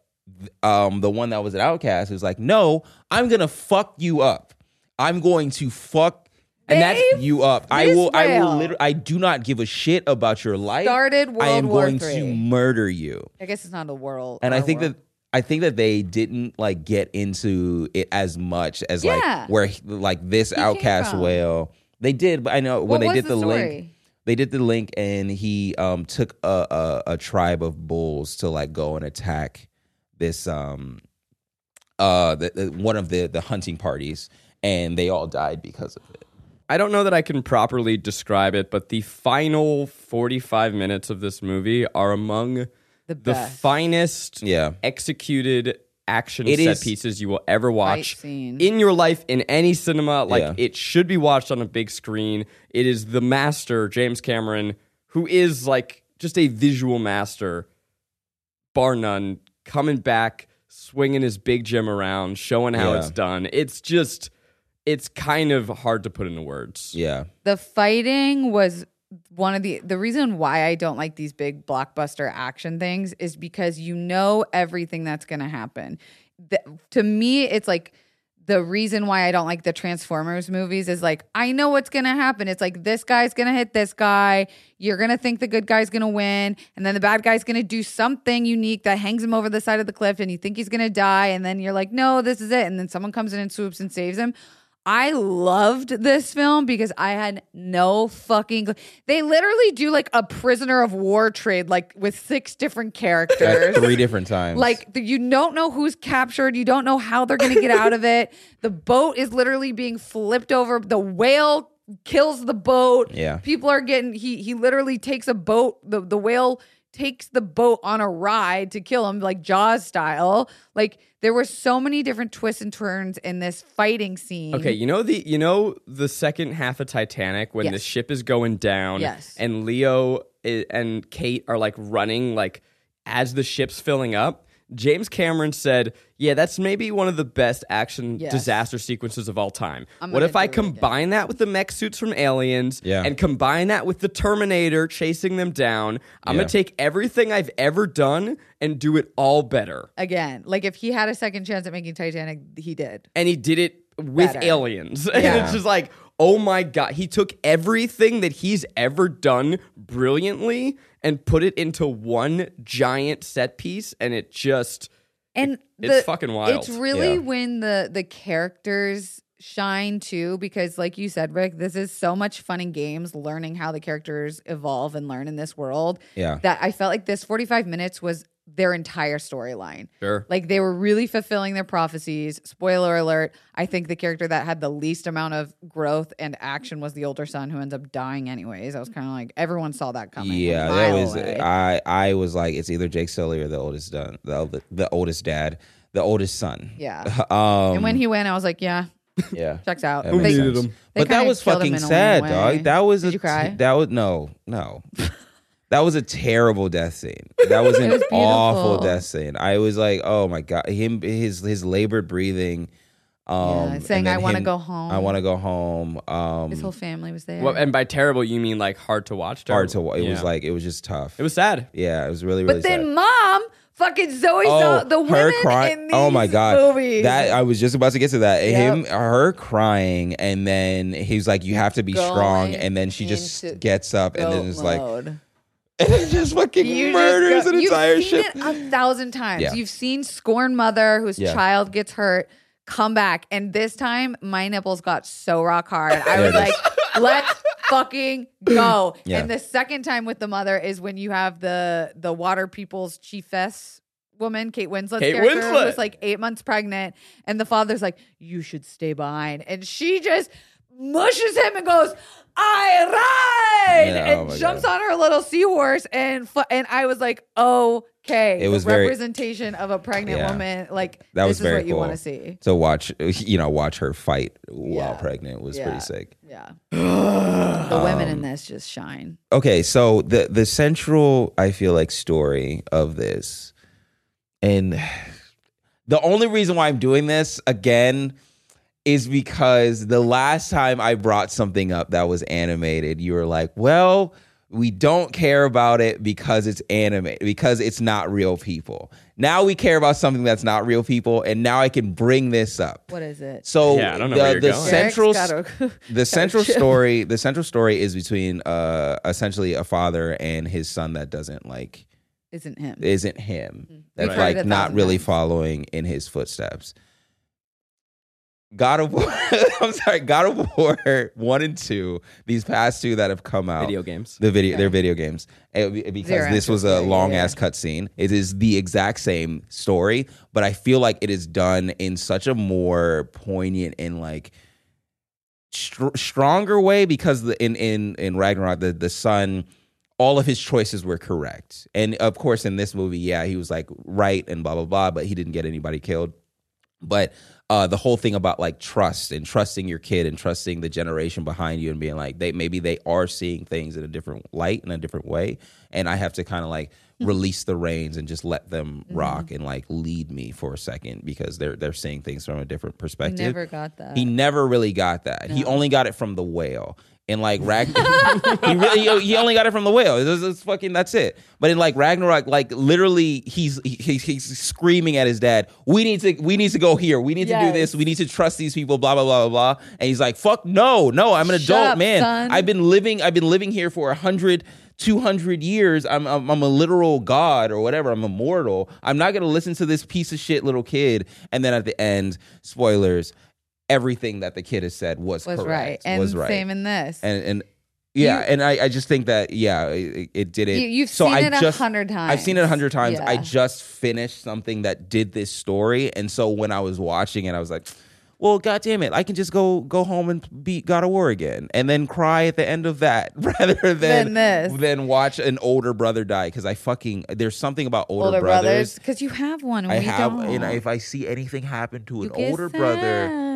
Speaker 4: um, the one that was an outcast was like, "No, I'm gonna fuck you up. I'm going to fuck." And that's
Speaker 3: They-
Speaker 4: you up. I
Speaker 3: this
Speaker 4: will. I will.
Speaker 3: whale
Speaker 4: Literally, I do not give a shit about your life.
Speaker 3: Started
Speaker 4: I
Speaker 3: World
Speaker 4: am
Speaker 3: War
Speaker 4: going
Speaker 3: Three.
Speaker 4: to murder you
Speaker 3: I guess it's not a world.
Speaker 4: and
Speaker 3: or
Speaker 4: I
Speaker 3: a
Speaker 4: think
Speaker 3: world.
Speaker 4: that I think that they didn't like get into it as much as
Speaker 3: Yeah.
Speaker 4: like where he- like this
Speaker 3: came
Speaker 4: outcast
Speaker 3: from.
Speaker 4: whale. They did, but I know
Speaker 3: What
Speaker 4: when they
Speaker 3: was
Speaker 4: did
Speaker 3: the
Speaker 4: the,
Speaker 3: story?
Speaker 4: link, they did the link, and he um took a, a a tribe of bulls to like go and attack this um uh the, the- one of the the hunting parties, and they all died because of it.
Speaker 2: I don't know that I can properly describe it, but the final 45 minutes of this movie are among
Speaker 3: the,
Speaker 2: the
Speaker 3: best
Speaker 2: finest
Speaker 4: Yeah,
Speaker 2: executed action
Speaker 4: It
Speaker 2: set
Speaker 4: is-
Speaker 2: pieces you will ever watch
Speaker 3: scene.
Speaker 2: in your life in any cinema. Like
Speaker 4: Yeah.
Speaker 2: it should be watched on a big screen. It is the master James Cameron, who is like just a visual master, bar none, coming back, swinging his big gem around, showing how
Speaker 4: Yeah.
Speaker 2: it's done. It's just, it's kind of hard to put into words.
Speaker 4: yeah,
Speaker 3: the fighting was one of the the reason why I don't like these big blockbuster action things is because you know everything that's going to happen. The, to me, it's like the reason why I don't like the Transformers movies is like I know what's going to happen. It's like this guy's going to hit this guy. You're going to think the good guy's going to win, and then the bad guy's going to do something unique that hangs him over the side of the cliff, and you think he's going to die, and then you're like, no, this is it, and then someone comes in and swoops and saves him. I loved this film because I had no fucking. Cl- they literally do like a prisoner of war trade, like with six different characters.
Speaker 4: three different times.
Speaker 3: Like the, you don't know who's captured, you don't know how they're going to get out of it. The boat is literally being flipped over. The whale kills the boat.
Speaker 4: Yeah.
Speaker 3: People are getting he he literally takes a boat the the whale takes the boat on a ride to kill him like Jaws style. Like there were so many different twists and turns in this fighting scene.
Speaker 2: Okay, you know the you know the second half of Titanic when the
Speaker 3: Yes.
Speaker 2: ship is going down
Speaker 3: Yes.
Speaker 2: and Leo i- and Kate are like running like as the ship's filling up. James Cameron said, "Yeah, that's maybe one of the best action
Speaker 3: Yes.
Speaker 2: disaster sequences of all time.
Speaker 3: I'm
Speaker 2: what
Speaker 3: gonna
Speaker 2: if I
Speaker 3: do it again.
Speaker 2: combine that with the mech suits from Aliens
Speaker 4: Yeah.
Speaker 2: and combine that with the Terminator chasing them down? I'm
Speaker 4: Yeah.
Speaker 2: going to take everything I've ever done and do it all better."
Speaker 3: Again, like if he had a second chance at making Titanic, he did.
Speaker 2: and he did it with
Speaker 3: Better.
Speaker 2: aliens. And it's just like, oh my God. He took everything that he's ever done brilliantly and put it into one giant set piece. And it just,
Speaker 3: and
Speaker 2: it's fucking wild.
Speaker 3: It's really
Speaker 4: Yeah.
Speaker 3: when the the characters shine too, because like you said, Rick, this is so much fun and games, learning how the characters evolve and learn in this world.
Speaker 4: Yeah.
Speaker 3: that I felt like this forty five minutes was their entire storyline.
Speaker 2: Sure.
Speaker 3: Like they were really fulfilling their prophecies. Spoiler alert, I think the character that had the least amount of growth and action was the older son who ends up dying anyways. I was kind of like everyone saw that coming. a
Speaker 4: Yeah, that
Speaker 3: mile
Speaker 4: was
Speaker 3: away.
Speaker 4: I. I was like, it's either Jake Sully or the oldest done, the old- the oldest dad, the oldest son.
Speaker 3: yeah.
Speaker 4: Um,
Speaker 3: And when he went, I was like, yeah,
Speaker 4: yeah,
Speaker 3: checks out.
Speaker 4: That makes sense.
Speaker 3: they
Speaker 4: But that
Speaker 3: kinda
Speaker 4: was
Speaker 3: killed him
Speaker 4: fucking
Speaker 3: in a
Speaker 4: sad,
Speaker 3: way.
Speaker 4: dog. That was
Speaker 3: Did
Speaker 4: a
Speaker 3: you cry?
Speaker 4: that was no, no. that was a terrible death scene. That was an
Speaker 3: was
Speaker 4: awful
Speaker 3: beautiful.
Speaker 4: death scene. I was like, oh my god, him his his labored breathing. Um, and
Speaker 3: saying,
Speaker 4: then
Speaker 3: "I wanna
Speaker 4: him-
Speaker 3: go home."
Speaker 4: I want to go home. Um,
Speaker 3: his whole family was there.
Speaker 2: Well, and by terrible, you mean like hard to watch?
Speaker 4: hard to. wa- It was
Speaker 2: Yeah.
Speaker 4: like it was just tough.
Speaker 2: it was sad.
Speaker 4: yeah, it was really really.
Speaker 3: but then
Speaker 4: sad.
Speaker 3: mom, fucking Zoe saw the women in these
Speaker 4: oh my god
Speaker 3: movies.
Speaker 4: that i was just about to get to that
Speaker 3: Yep.
Speaker 4: him her crying and then he's like you have to be strong
Speaker 3: Going
Speaker 4: and then she just
Speaker 3: into
Speaker 4: gets up and then
Speaker 3: Goat
Speaker 4: is like
Speaker 3: mode.
Speaker 4: and then just fucking
Speaker 3: You just
Speaker 4: murders
Speaker 3: go-
Speaker 4: an
Speaker 3: you've
Speaker 4: entire
Speaker 3: seen
Speaker 4: ship
Speaker 3: it a thousand times.
Speaker 4: Yeah.
Speaker 3: You've seen scorn mother whose
Speaker 4: Yeah.
Speaker 3: child gets hurt come back, and this time my nipples got so rock hard. I
Speaker 4: Yeah,
Speaker 3: was
Speaker 4: it
Speaker 3: like, let's fucking go.
Speaker 4: Yeah.
Speaker 3: And the second time with the mother is when you have the the water people's chiefess. Woman, Kate Winslet's
Speaker 2: Kate
Speaker 3: character
Speaker 2: Winslet.
Speaker 3: who's like eight months pregnant, and the father's like, "You should stay behind," and she just mushes him and goes, "I ride,"
Speaker 4: Yeah, oh
Speaker 3: and
Speaker 4: my
Speaker 3: jumps
Speaker 4: God.
Speaker 3: on her little seahorse and fu- and I was like, okay,
Speaker 4: It was
Speaker 3: the
Speaker 4: very-
Speaker 3: representation of a pregnant
Speaker 4: Yeah.
Speaker 3: woman. Like
Speaker 4: That
Speaker 3: this
Speaker 4: was
Speaker 3: is
Speaker 4: very
Speaker 3: what you
Speaker 4: cool.
Speaker 3: want to see.
Speaker 4: to watch you know watch her fight while
Speaker 3: Yeah.
Speaker 4: pregnant was
Speaker 3: Yeah.
Speaker 4: pretty sick
Speaker 3: Yeah, the women
Speaker 4: Um,
Speaker 3: in this just shine.
Speaker 4: okay so the the central i feel like story of this and the only reason why i'm doing this again is because the last time i brought something up that was animated you were like well we don't care about it because it's animated because it's not real people now we care about something that's not real people and now i can bring this up
Speaker 3: What is it?
Speaker 4: so
Speaker 2: Yeah, I don't know
Speaker 4: the,
Speaker 2: where you're
Speaker 4: the
Speaker 2: going.
Speaker 3: Derek's
Speaker 4: central
Speaker 3: gotta-
Speaker 4: the central story the central story is between uh essentially a father and his son that doesn't like
Speaker 3: isn't him.
Speaker 4: isn't him that's
Speaker 3: We've heard it
Speaker 4: like
Speaker 3: a
Speaker 4: not
Speaker 3: Mm-hmm. thousand
Speaker 4: really
Speaker 3: times.
Speaker 4: following in his footsteps God of War I'm sorry God of War 1 and 2 these past two that have come out
Speaker 2: Video games.
Speaker 4: the video their video games It- it- because
Speaker 3: They're
Speaker 4: this was
Speaker 3: actually-
Speaker 4: a
Speaker 3: yeah, yeah,
Speaker 4: long
Speaker 3: yeah.
Speaker 4: ass cutscene it is the exact same story but I feel like it is done in such a more poignant and like str- stronger way because the, in in in Ragnarok the the son all of his choices were correct and of course in this movie yeah he was like right and blah blah blah but he didn't get anybody killed but uh, the whole thing about like trust and trusting your kid and trusting the generation behind you and being like they maybe they are seeing things in a different light in a different way and I have to kind of like
Speaker 3: Mm-hmm.
Speaker 4: release the reins and just let them rock and like lead me for a second because they're they're seeing things from a different perspective.
Speaker 3: Never got that.
Speaker 4: He never really got that. He only got it from the whale. And like Rag, he really he only got it from the whale. It's, it's fucking that's it. But in like Ragnarok, like literally, he's he, he's- he's screaming at his dad. We need to we need to go here. We need to do this.
Speaker 3: Yes.
Speaker 4: We need to trust these people. Blah blah blah blah blah. And he's like, fuck no, no. I'm an
Speaker 3: Shut
Speaker 4: adult
Speaker 3: up,
Speaker 4: man.
Speaker 3: son.
Speaker 4: I've been living I've been living here for a hundred. 200 years I'm, I'm I'm a literal god or whatever I'm immortal I'm not going to listen to this piece of shit little kid and then at the end spoilers everything that the kid has said was,
Speaker 3: was right,
Speaker 4: correct,
Speaker 3: and
Speaker 4: was right.
Speaker 3: same in this.
Speaker 4: and and yeah, and I, I just think that yeah, it, it did it.
Speaker 3: You- you've
Speaker 4: so
Speaker 3: seen
Speaker 4: I
Speaker 3: it a
Speaker 4: just-
Speaker 3: hundred
Speaker 4: I've seen it a
Speaker 3: times.
Speaker 4: hundred times. I
Speaker 3: Yeah.
Speaker 4: just finished something that did this story, and so when I was watching it, I was like, "Well, god damn it, I can just go go home and beat God of War again, and then cry at the end of that rather
Speaker 3: Than
Speaker 4: than
Speaker 3: this.
Speaker 4: than watch an older brother die." Because I fucking there's something about older,
Speaker 3: Older
Speaker 4: brothers.
Speaker 3: brothers, because you have one. And
Speaker 4: I
Speaker 3: we
Speaker 4: have,
Speaker 3: don't.
Speaker 4: you know, if I see anything happen to
Speaker 3: You
Speaker 4: an
Speaker 3: get
Speaker 4: older brother.
Speaker 3: sad.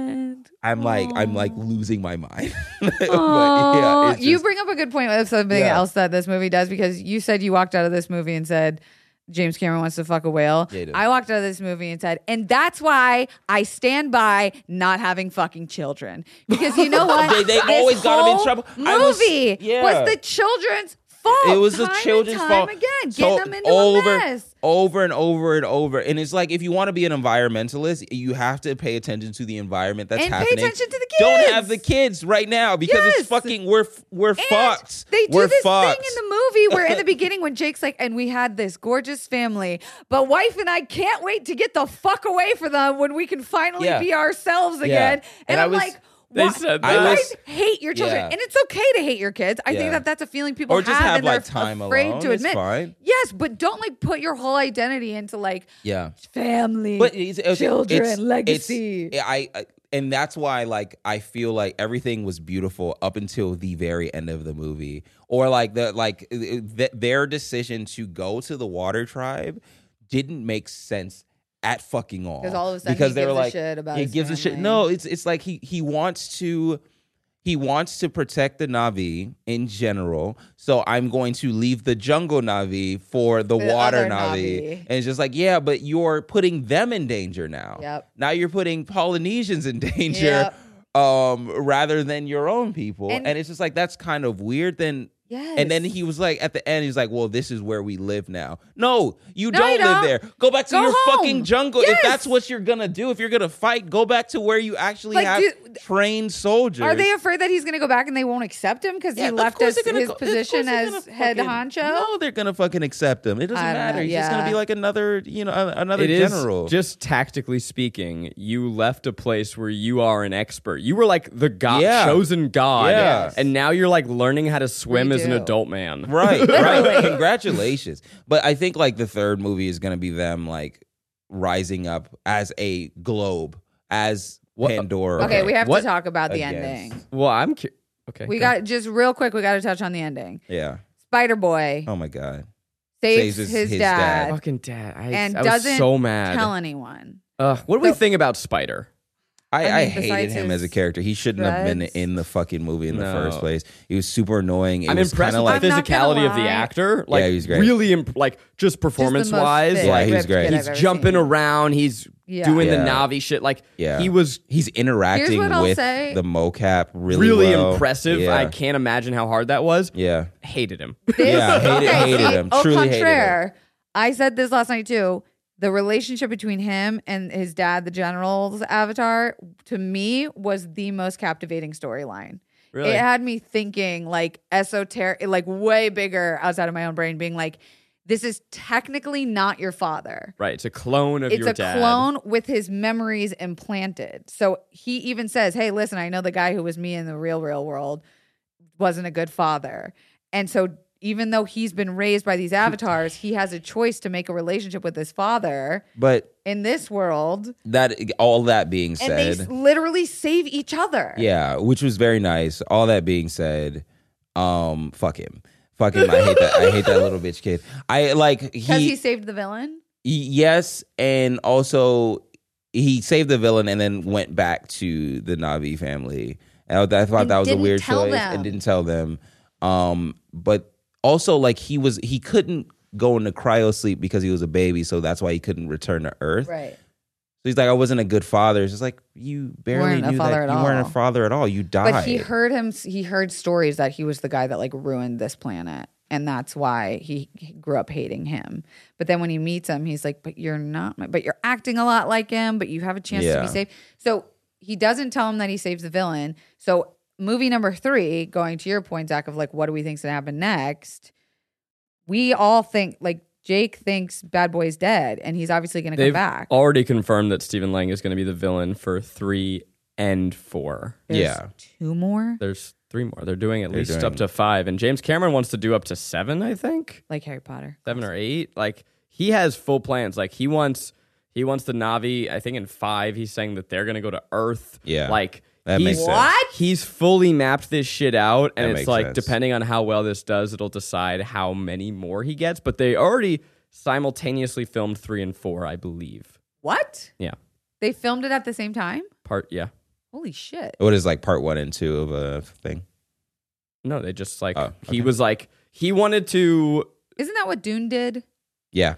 Speaker 4: I'm like I'm like losing my mind. but
Speaker 3: Aw,
Speaker 4: yeah, it's
Speaker 3: you
Speaker 4: just-
Speaker 3: bring up a good point with something
Speaker 4: Yeah.
Speaker 3: else that this movie does because you said you walked out of this movie and said James Cameron wants to fuck a whale.
Speaker 4: he did.
Speaker 3: I walked out of this movie and said, and that's why I stand by not having fucking children because you know what?
Speaker 4: They- they
Speaker 3: This
Speaker 4: always got 'em in
Speaker 3: whole
Speaker 4: trouble. I was-
Speaker 3: Movie was,
Speaker 4: yeah.
Speaker 3: the children's fault.
Speaker 4: it was the
Speaker 3: time and
Speaker 4: children's
Speaker 3: time
Speaker 4: fault
Speaker 3: again, getting
Speaker 4: So
Speaker 3: them into
Speaker 4: over,
Speaker 3: a mess.
Speaker 4: over and over and over. And it's like if you want to be an environmentalist, you have to pay attention to the environment that's
Speaker 3: And pay
Speaker 4: happening.
Speaker 3: attention to the
Speaker 4: Don't
Speaker 3: kids.
Speaker 4: have the kids right now because
Speaker 3: Yes.
Speaker 4: it's fucking we're f- we're
Speaker 3: And
Speaker 4: fucked.
Speaker 3: They do
Speaker 4: we're
Speaker 3: this
Speaker 4: fucked.
Speaker 3: thing in the movie where in the beginning when Jake's like, and we had this gorgeous family, but wife and I can't wait to get the fuck away from them when we can finally
Speaker 4: Yeah.
Speaker 3: be ourselves again. And,
Speaker 4: And I
Speaker 3: I'm
Speaker 4: was-
Speaker 3: like,
Speaker 2: They
Speaker 3: Why-
Speaker 2: said
Speaker 4: I
Speaker 2: that.
Speaker 3: I
Speaker 4: was-
Speaker 3: hate your children,
Speaker 4: Yeah.
Speaker 3: and it's okay to hate your kids. I
Speaker 4: Yeah.
Speaker 3: think that that's a feeling people
Speaker 4: Or just
Speaker 3: have,
Speaker 4: have,
Speaker 3: and
Speaker 4: like,
Speaker 3: they're
Speaker 4: time
Speaker 3: afraid to
Speaker 4: alone. It's
Speaker 3: admit.
Speaker 4: fine.
Speaker 3: Yes, but don't like put your whole identity into like
Speaker 4: yeah.
Speaker 3: family,
Speaker 4: But it's, it's-
Speaker 3: children,
Speaker 4: it's-
Speaker 3: legacy.
Speaker 4: It's, I, I and that's why like I feel like everything was beautiful up until the very end of the movie, or like the like th- their decision to go to the water tribe didn't make sense at fucking all.
Speaker 3: 'Cause all of a sudden he gives a shit about
Speaker 4: he
Speaker 3: his
Speaker 4: gives a shit.
Speaker 3: family.
Speaker 4: No, it's it's like he he wants to. He wants to protect the Navi in general, so I'm going to leave the jungle Navi for
Speaker 3: The
Speaker 4: the, water
Speaker 3: other
Speaker 4: Navi.
Speaker 3: Na'vi.
Speaker 4: And it's just like, yeah, but you're putting them in danger now.
Speaker 3: Yep.
Speaker 4: Now you're putting Polynesians in danger
Speaker 3: Yep.
Speaker 4: um, rather than your own people. And,
Speaker 3: And-
Speaker 4: it's just like, that's kind of weird. Then.
Speaker 3: yes.
Speaker 4: And then he was like, at the end, he's like, "Well, this is where we live now." No, you
Speaker 3: No,
Speaker 4: don't
Speaker 3: you
Speaker 4: live
Speaker 3: don't.
Speaker 4: there. Go back to
Speaker 3: Go
Speaker 4: your
Speaker 3: home.
Speaker 4: fucking jungle. If
Speaker 3: Yes.
Speaker 4: that's what you're gonna do, if you're gonna fight, go back to where you actually
Speaker 3: Like,
Speaker 4: have
Speaker 3: do-
Speaker 4: trained soldiers.
Speaker 3: Are they afraid that he's going to go back and they won't accept him because
Speaker 4: Yeah,
Speaker 3: he
Speaker 4: of
Speaker 3: left
Speaker 4: course
Speaker 3: us
Speaker 4: they're gonna
Speaker 3: his
Speaker 4: go- of course
Speaker 3: position
Speaker 4: they're
Speaker 3: as
Speaker 4: gonna
Speaker 3: head
Speaker 4: fucking-
Speaker 3: honcho?
Speaker 4: No, they're gonna fucking accept him. It doesn't
Speaker 3: I don't know,
Speaker 4: matter. He's just gonna
Speaker 3: yeah.
Speaker 4: be like another, you know, a- another
Speaker 2: It is
Speaker 4: general.
Speaker 2: just tactically speaking, you left a place where you are an expert. You were like the god,
Speaker 4: Yeah.
Speaker 2: chosen god,
Speaker 4: Yes.
Speaker 2: and now you're like learning how to swim as an
Speaker 3: Redo.
Speaker 2: adult man.
Speaker 4: right, right. Congratulations. But I think like the third movie is gonna be them like rising up as a globe, as Pandora.
Speaker 3: okay, we have
Speaker 2: What
Speaker 3: to talk about the
Speaker 4: against-
Speaker 3: ending.
Speaker 2: Well, I'm cu- okay.
Speaker 3: We
Speaker 2: go.
Speaker 3: got just real quick. We got to touch on the ending.
Speaker 4: Yeah.
Speaker 3: Spider Boy
Speaker 4: Oh my god.
Speaker 3: saves,
Speaker 4: saves his-
Speaker 3: his,
Speaker 4: his
Speaker 3: dad,
Speaker 4: dad.
Speaker 2: fucking dad. I,
Speaker 3: and
Speaker 2: I was
Speaker 3: doesn't
Speaker 2: so mad.
Speaker 3: tell anyone.
Speaker 2: Ugh, what do we
Speaker 3: So-
Speaker 2: think about Spider?
Speaker 4: I,
Speaker 3: I
Speaker 4: I,
Speaker 3: mean,
Speaker 4: hated
Speaker 3: besides
Speaker 4: him
Speaker 3: his
Speaker 4: as a character. He shouldn't have been
Speaker 3: dreads.
Speaker 4: in the fucking movie in the
Speaker 2: No.
Speaker 4: first place. He was super annoying. It
Speaker 2: I'm
Speaker 4: was
Speaker 2: impressed
Speaker 4: kinda
Speaker 2: with
Speaker 4: like
Speaker 2: the
Speaker 3: I'm not gonna
Speaker 2: physicality of the
Speaker 3: lie.
Speaker 2: actor. Like,
Speaker 4: he's great.
Speaker 2: really, imp- like just performance wise,
Speaker 4: fit. Yeah,
Speaker 2: like
Speaker 4: he's great.
Speaker 2: he's jumping around. He's
Speaker 3: Yeah.
Speaker 2: doing the
Speaker 4: Yeah.
Speaker 2: Navi shit. Like,
Speaker 4: Yeah.
Speaker 2: he was
Speaker 4: he's interacting
Speaker 3: Here's what I'll
Speaker 4: with
Speaker 3: say.
Speaker 4: the mocap really
Speaker 2: really,
Speaker 4: well.
Speaker 2: impressive.
Speaker 4: Yeah.
Speaker 2: I can't imagine how hard that was.
Speaker 4: Yeah.
Speaker 2: Hated him.
Speaker 4: Yeah, hated- hated him. Truly
Speaker 3: au
Speaker 4: hated him.
Speaker 3: contraire, I said this last night too. The relationship between him and his dad, the general's avatar, to me was the most captivating storyline.
Speaker 2: Really?
Speaker 3: It had me thinking like esoteric, like way bigger outside of my own brain, being like, this is technically not your father.
Speaker 2: Right. It's a clone of
Speaker 3: it's
Speaker 2: your
Speaker 3: a
Speaker 2: dad.
Speaker 3: clone with his memories implanted. So he even says, "Hey, listen, I know the guy who was me in the real real world wasn't a good father." And so even though he's been raised by these avatars, he has a choice to make a relationship with his father
Speaker 4: But
Speaker 3: in this world,
Speaker 4: that all that being
Speaker 3: and they
Speaker 4: said,
Speaker 3: s- literally save each other.
Speaker 4: Yeah, which was very nice. All that being said, um, fuck him. Fuck him. I hate that. I hate that little bitch kid. I like
Speaker 3: Because he,
Speaker 4: he,
Speaker 3: saved the villain.
Speaker 4: yes, and also he saved the villain and then went back to the Navi family. And I, I thought
Speaker 3: And
Speaker 4: that was a
Speaker 3: didn't
Speaker 4: weird
Speaker 3: tell
Speaker 4: choice
Speaker 3: them.
Speaker 4: and didn't tell them. Um, but also like he was he couldn't go into cryo sleep because he was a baby, so that's why he couldn't return to Earth.
Speaker 3: Right.
Speaker 4: So he's like, I wasn't a good father. It's just like you barely
Speaker 3: Weren't a
Speaker 4: knew
Speaker 3: father
Speaker 4: that
Speaker 3: at
Speaker 4: you weren't
Speaker 3: all.
Speaker 4: a father at all. You died.
Speaker 3: But he heard him. He heard stories that he was the guy that like ruined this planet, and that's why he grew up hating him. But then when he meets him, he's like, "But you're not. My, but you're acting a lot like him. But you have a chance to
Speaker 4: Yeah.
Speaker 3: be safe." So he doesn't tell him that he saves the villain. So movie number three, going to your point, Zach, of like, what do we think's gonna happen next? We all think like Jake thinks Bad Boy's dead, and he's obviously gonna
Speaker 2: They've
Speaker 3: come back.
Speaker 2: already confirmed that Stephen Lang is going to be the villain for three and four.
Speaker 3: There's
Speaker 4: yeah.
Speaker 3: two more
Speaker 2: There's three more. They're doing at
Speaker 4: They're
Speaker 2: least
Speaker 4: doing-
Speaker 2: up to five, and James Cameron wants to do up to seven. I think
Speaker 3: like Harry Potter.
Speaker 2: seven or eight. Like he has full plans. Like he wants he wants the Navi. I think in five, he's saying that they're going to go to Earth.
Speaker 4: Yeah.
Speaker 2: like
Speaker 4: That
Speaker 2: he's-
Speaker 4: makes sense. What?
Speaker 2: He's fully mapped this shit out, and
Speaker 4: That
Speaker 2: it's
Speaker 4: makes
Speaker 2: like
Speaker 4: sense.
Speaker 2: depending on how well this does, it'll decide how many more he gets. But they already simultaneously filmed three and four, I believe.
Speaker 3: What?
Speaker 2: Yeah,
Speaker 3: They filmed it at the same time?
Speaker 2: part. Yeah.
Speaker 3: Holy shit.
Speaker 4: What is like part one and two of a thing?
Speaker 2: No, they just like
Speaker 4: Oh,
Speaker 2: he
Speaker 4: okay.
Speaker 2: was like he wanted to.
Speaker 3: Isn't that what Dune did?
Speaker 4: Yeah.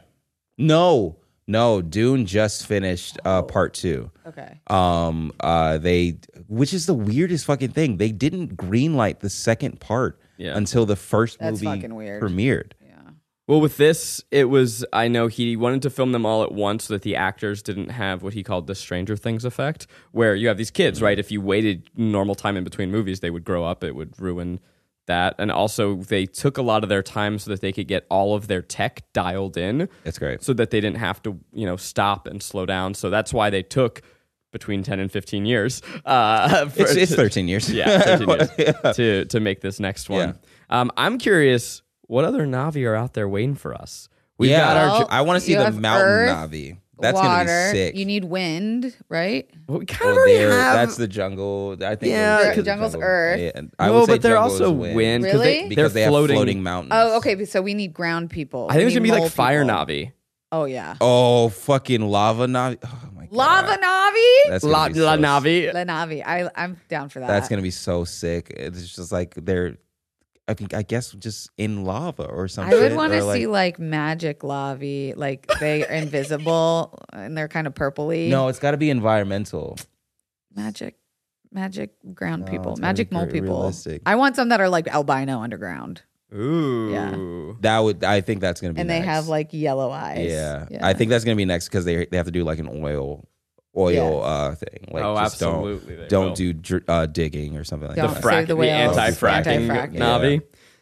Speaker 4: No, no. Dune just finished uh, part two.
Speaker 3: Okay.
Speaker 4: Um, uh, they, which is the weirdest fucking thing. They didn't greenlight the second part
Speaker 2: Yeah.
Speaker 4: until the first
Speaker 3: That's
Speaker 4: movie
Speaker 3: fucking weird.
Speaker 4: premiered.
Speaker 2: Well, with this, it was I know he wanted to film them all at once so that the actors didn't have what he called the Stranger Things effect, where you have these kids, right? If you waited normal time in between movies, they would grow up. It would ruin that. And also, they took a lot of their time so that they could get all of their tech dialed in.
Speaker 4: That's great.
Speaker 2: so that they didn't have to, you know, stop and slow down. So that's why they took between 10 and 15 years. Uh, for-
Speaker 4: It's, it's
Speaker 2: to-
Speaker 4: 13 years.
Speaker 2: Yeah, 13 years to, to make this next one. Um, I'm curious what other Navi are out there waiting for us? We've
Speaker 4: yeah,
Speaker 2: got our.
Speaker 3: Well,
Speaker 4: I want to see
Speaker 3: you
Speaker 4: the
Speaker 3: have
Speaker 4: mountain
Speaker 3: Earth,
Speaker 4: Navi. That's
Speaker 3: water.
Speaker 4: gonna be sick. Mm.
Speaker 3: You need wind, right?
Speaker 2: well, we kind
Speaker 4: Well,
Speaker 2: of already
Speaker 4: there-
Speaker 2: have.
Speaker 4: that's the jungle. I think
Speaker 2: Yeah,
Speaker 4: those are the
Speaker 3: Jungle's Earth.
Speaker 4: Yeah, and I
Speaker 2: no,
Speaker 4: would say
Speaker 2: but they're
Speaker 4: jungle is
Speaker 2: also wind. 'cause
Speaker 3: Really?
Speaker 2: They,
Speaker 4: because
Speaker 2: they're
Speaker 4: they
Speaker 2: floating.
Speaker 4: have floating mountains.
Speaker 3: Oh, okay. So we need ground people.
Speaker 2: I think
Speaker 3: We
Speaker 2: it's going
Speaker 3: need
Speaker 2: to be
Speaker 3: mole
Speaker 2: like fire
Speaker 3: people.
Speaker 2: Navi.
Speaker 3: Oh yeah,
Speaker 4: Oh, fucking lava Navi. Oh my god.
Speaker 3: lava Navi.
Speaker 4: That's gonna
Speaker 2: La,
Speaker 4: be
Speaker 2: La
Speaker 4: so
Speaker 2: Navi.
Speaker 3: La Navi. I I'm down for that.
Speaker 4: That's gonna be so sick. It's just like they're, I think I guess just in lava or
Speaker 3: I
Speaker 4: something.
Speaker 3: would want to see like magic lavi, like they are invisible and they're kind of purpley.
Speaker 4: No, it's got to be environmental.
Speaker 3: magic, magic ground
Speaker 4: No,
Speaker 3: people,
Speaker 4: it's gotta
Speaker 3: magic
Speaker 4: be
Speaker 3: mole
Speaker 4: very
Speaker 3: people.
Speaker 4: realistic.
Speaker 3: I want some that are like albino underground,
Speaker 2: Ooh.
Speaker 4: That would. I think that's gonna be.
Speaker 3: and they
Speaker 4: next.
Speaker 3: have like yellow eyes.
Speaker 4: Yeah. I think that's gonna be next because they they have to do like an oil, oil
Speaker 3: Yeah.
Speaker 4: uh thing. Like
Speaker 2: oh,
Speaker 4: just don't
Speaker 2: absolutely. they
Speaker 4: don't
Speaker 2: will.
Speaker 4: do dr- uh, digging or something like
Speaker 3: Don't
Speaker 4: that.
Speaker 3: fra- Save the whales.
Speaker 2: anti fracking
Speaker 3: Anti-fracking.
Speaker 2: Navi.
Speaker 4: Yeah.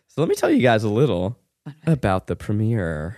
Speaker 2: So let me tell you guys a little about the premiere.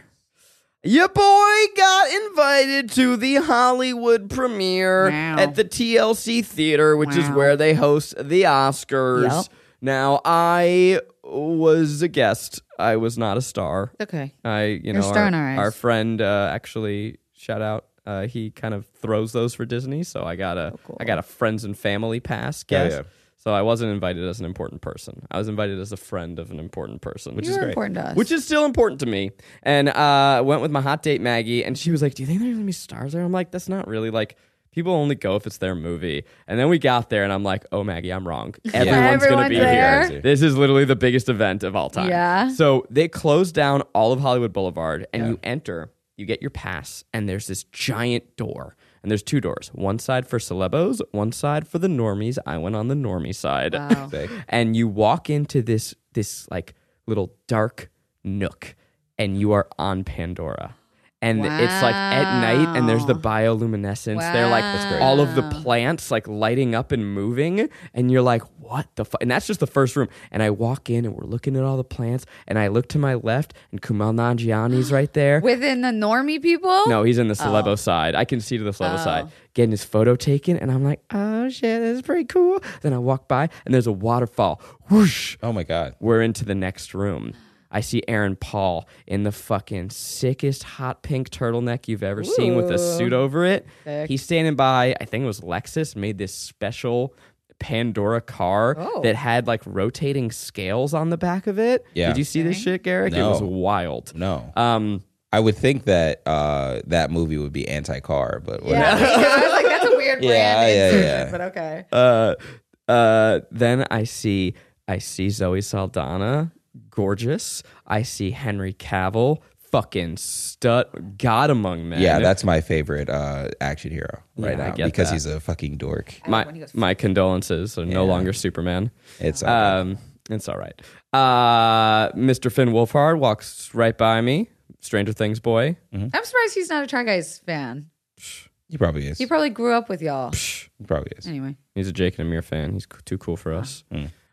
Speaker 6: Your boy got invited to the Hollywood premiere
Speaker 3: Wow.
Speaker 6: at the TLC Theater, which is
Speaker 3: Wow.
Speaker 6: where they host the Oscars.
Speaker 3: Yep.
Speaker 2: Now, I was a guest. I was not a star.
Speaker 3: okay.
Speaker 2: I, you
Speaker 3: You're a
Speaker 2: know,
Speaker 3: star
Speaker 2: our,
Speaker 3: in our eyes.
Speaker 2: our friend uh, actually shout out. Uh, he kind of throws those for Disney, so I got a I
Speaker 3: Oh, cool.
Speaker 2: got a friends and family pass guest.
Speaker 4: yeah.
Speaker 2: So I wasn't invited as an important person. I was invited as a friend of an important person, which
Speaker 3: You
Speaker 2: is
Speaker 3: were
Speaker 2: great.
Speaker 3: important to us.
Speaker 2: Which is still important to me. And uh went with my hot date Maggie and she was like, Do you think there's gonna be stars there? I'm like, that's not really like people only go if it's their movie. And then we got there and I'm like, oh Maggie, I'm wrong. Everyone's gonna
Speaker 3: Everyone's
Speaker 2: be
Speaker 3: there.
Speaker 2: here. This is literally the biggest event of all time.
Speaker 3: Yeah.
Speaker 2: So they closed down all of Hollywood Boulevard and you enter, you get your pass, and there's this giant door. And there's two doors, one side for celebos, one side for the normies. I went on the normie side
Speaker 3: Wow.
Speaker 2: and you walk into this this like little dark nook and you are on pandora and it's like at night and there's the bioluminescence they're like all of the plants like lighting up and moving and you're like what the fu-? and that's just the first room and i walk in and we're looking at all the plants and i look to my left and kumail nanjiani's right there
Speaker 3: Within the normie people.
Speaker 2: no, he's in the celebo side. I can see to the celebo side, getting his photo taken, and I'm like, oh shit, this is pretty cool. Then I walk by, and there's a waterfall. Whoosh!
Speaker 4: Oh my god.
Speaker 2: We're into the next room. I see Aaron Paul in the fucking sickest hot pink turtleneck you've ever seen with a suit over it. He's standing by, I think it was Lexus, made this special Pandora car that had like rotating scales on the back of it.
Speaker 4: Yeah.
Speaker 2: Did you see this shit, Garrick? It
Speaker 4: No.
Speaker 2: was wild.
Speaker 4: No.
Speaker 2: Um,
Speaker 4: I would think that uh, that movie would be anti-car, but
Speaker 3: Yeah.
Speaker 4: whatever.
Speaker 3: I was like, that's a weird brand.
Speaker 4: Yeah, yeah,
Speaker 3: insertion,
Speaker 4: yeah.
Speaker 3: But okay.
Speaker 2: uh, uh, then I see I see Zoe Saldana, gorgeous. I see Henry Cavill, fucking stud, god among men.
Speaker 4: yeah, that's my favorite uh, action hero right
Speaker 2: Yeah, I
Speaker 4: now
Speaker 2: get
Speaker 4: because
Speaker 2: that.
Speaker 4: he's a fucking dork.
Speaker 3: when he
Speaker 2: my
Speaker 3: goes-
Speaker 2: my condolences. Are no longer Superman.
Speaker 4: It's uh,
Speaker 2: Um, it's all right. Uh, Mr. Finn Wolfhard walks right by me. Stranger Things boy.
Speaker 4: Mm-hmm.
Speaker 3: I'm surprised he's not a Try Guys fan.
Speaker 4: he probably is.
Speaker 3: He Mm. probably grew up with y'all.
Speaker 4: He probably is.
Speaker 3: Anyway.
Speaker 2: He's a Jake and Amir fan. He's c- too cool for us.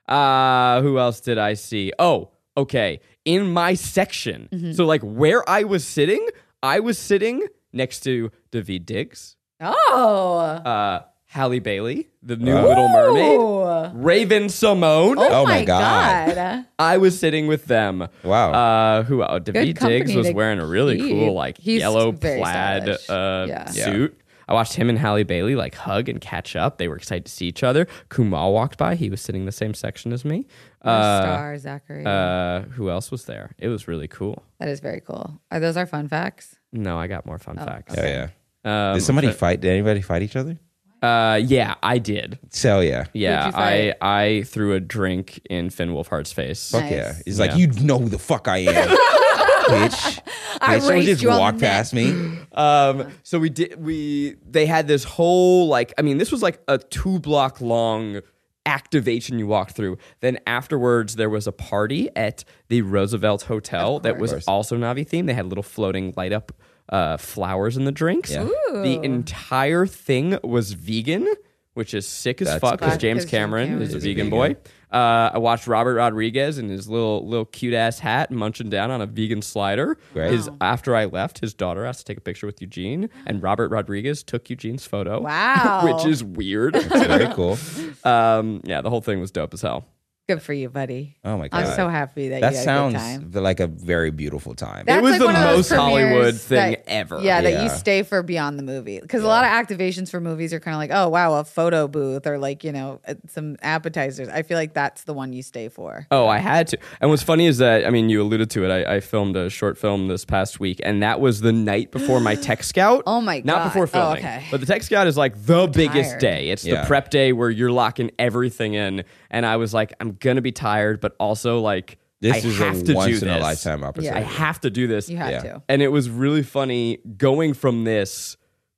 Speaker 2: Uh, who else did I see? Oh, okay. In my section.
Speaker 3: Mm-hmm.
Speaker 2: So, like, where I was sitting, I was sitting next to David Diggs,
Speaker 3: Oh.
Speaker 2: uh, Halle Bailey, the new Little Mermaid,
Speaker 3: Oh,
Speaker 2: Raven Simone.
Speaker 4: Oh
Speaker 3: my
Speaker 4: my God.
Speaker 3: God.
Speaker 2: I was sitting with them.
Speaker 4: Wow.
Speaker 2: Uh, who? Oh, David
Speaker 3: company
Speaker 2: Diggs was
Speaker 3: to
Speaker 2: wearing a really
Speaker 3: keep.
Speaker 2: cool, like,
Speaker 3: He's
Speaker 2: yellow
Speaker 3: very
Speaker 2: plaid
Speaker 3: stylish.
Speaker 2: uh,
Speaker 3: Yeah.
Speaker 4: Yeah.
Speaker 2: suit. I watched him and Halle Bailey like hug and catch up. They were excited to see each other. Kumal walked by. He was sitting in the same section as me.
Speaker 3: Our
Speaker 2: Uh,
Speaker 3: star, Zachary.
Speaker 2: uh, who else was there? It was really cool.
Speaker 3: that is very cool. Are those our fun facts?
Speaker 2: No, I got more fun facts.
Speaker 4: Oh yeah.
Speaker 2: Um,
Speaker 4: Did somebody fight? Did anybody fight each other?
Speaker 2: Uh, yeah, I did.
Speaker 4: So yeah.
Speaker 2: Yeah,
Speaker 3: you
Speaker 2: I
Speaker 3: fight?
Speaker 2: I threw a drink in Finn Wolfhard's face.
Speaker 4: Fuck
Speaker 3: Nice.
Speaker 4: yeah. He's like, you know who the fuck I am, bitch.
Speaker 3: I
Speaker 4: Bitch, don't
Speaker 3: raised
Speaker 4: just
Speaker 3: you on the
Speaker 4: walk
Speaker 3: net.
Speaker 4: past me.
Speaker 2: Um, so we did. We they had this whole like. I mean, this was like a two block long activation you walked through. Then afterwards, there was a party at the Roosevelt Hotel that was also Navi themed. They had little floating light up uh, flowers in the drinks. The entire thing was vegan. which is sick as
Speaker 4: That's
Speaker 2: fuck
Speaker 3: cool.
Speaker 2: because James
Speaker 3: Because James
Speaker 2: Cameron
Speaker 3: Cameron
Speaker 2: is a
Speaker 4: is
Speaker 2: vegan,
Speaker 4: vegan.
Speaker 2: boy. Uh, I watched Robert Rodriguez in his little little cute ass hat munching down on a vegan slider.
Speaker 4: Great.
Speaker 2: His after I left, his daughter asked to take a picture with Eugene, and Robert Rodriguez took Eugene's photo.
Speaker 3: Wow.
Speaker 2: which is weird.
Speaker 4: Very cool.
Speaker 2: um, yeah, the whole thing was dope as hell.
Speaker 3: Good for you, buddy.
Speaker 4: Oh my god.
Speaker 3: I'm so happy that,
Speaker 4: that
Speaker 3: you had
Speaker 4: sounds
Speaker 3: a good time.
Speaker 4: th- like a very beautiful time.
Speaker 3: That's
Speaker 2: it was
Speaker 3: like
Speaker 2: the
Speaker 3: one of those
Speaker 2: most Hollywood
Speaker 3: premieres
Speaker 2: thing
Speaker 3: that-
Speaker 2: ever.
Speaker 3: Yeah, that
Speaker 4: Yeah.
Speaker 3: you stay for beyond the movie. Because a lot of activations for movies are kind of like, oh, wow, a photo booth or like, you know, uh, some appetizers. I feel like that's the one you stay for.
Speaker 2: Oh, I had to. And what's funny is that I mean, you alluded to it. I, I filmed a short film this past week, and that was the night before my tech scout.
Speaker 3: Oh my
Speaker 2: Not
Speaker 3: God.
Speaker 2: before
Speaker 3: Oh,
Speaker 2: filming,
Speaker 3: okay.
Speaker 2: but the tech scout is like the biggest
Speaker 3: tired.
Speaker 2: day. It's
Speaker 4: Yeah.
Speaker 2: the prep day where you're locking everything in, and I was like, I'm gonna be tired, but also like
Speaker 4: this
Speaker 2: I
Speaker 4: is
Speaker 2: have to
Speaker 4: a once
Speaker 2: do
Speaker 4: in a
Speaker 2: this.
Speaker 4: lifetime opportunity.
Speaker 2: I have to do this.
Speaker 3: You have
Speaker 4: Yeah.
Speaker 3: to.
Speaker 2: and it was really funny going from this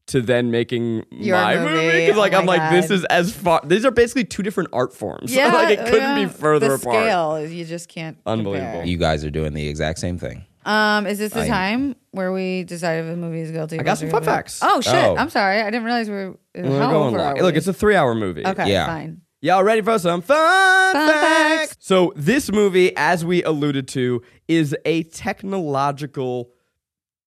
Speaker 2: to then making
Speaker 3: Your
Speaker 2: my
Speaker 3: movie.
Speaker 2: movie because like
Speaker 3: Oh
Speaker 2: I'm
Speaker 3: my
Speaker 2: like this
Speaker 3: God.
Speaker 2: is as far. These are basically two different art forms. like it couldn't
Speaker 3: yeah.
Speaker 2: be further
Speaker 3: the
Speaker 2: apart.
Speaker 3: Scale is you just can't.
Speaker 2: Unbelievable.
Speaker 4: You guys are doing the exact same thing.
Speaker 3: compare. Um, is this the time where we decide if a movie is guilty?
Speaker 2: I got some
Speaker 3: pleasure
Speaker 2: fun
Speaker 3: or-
Speaker 2: facts.
Speaker 3: Oh shit!
Speaker 4: Oh.
Speaker 3: I'm sorry, I didn't realize we were.
Speaker 2: We're
Speaker 3: how
Speaker 2: going
Speaker 3: over
Speaker 2: long.
Speaker 3: are we?
Speaker 2: Look, it's a three-hour movie.
Speaker 3: okay.
Speaker 4: Yeah.
Speaker 3: Fine.
Speaker 2: Y'all ready for some fun,
Speaker 3: Fun
Speaker 2: facts?
Speaker 3: facts.
Speaker 2: So this movie, as we alluded to, is a technological,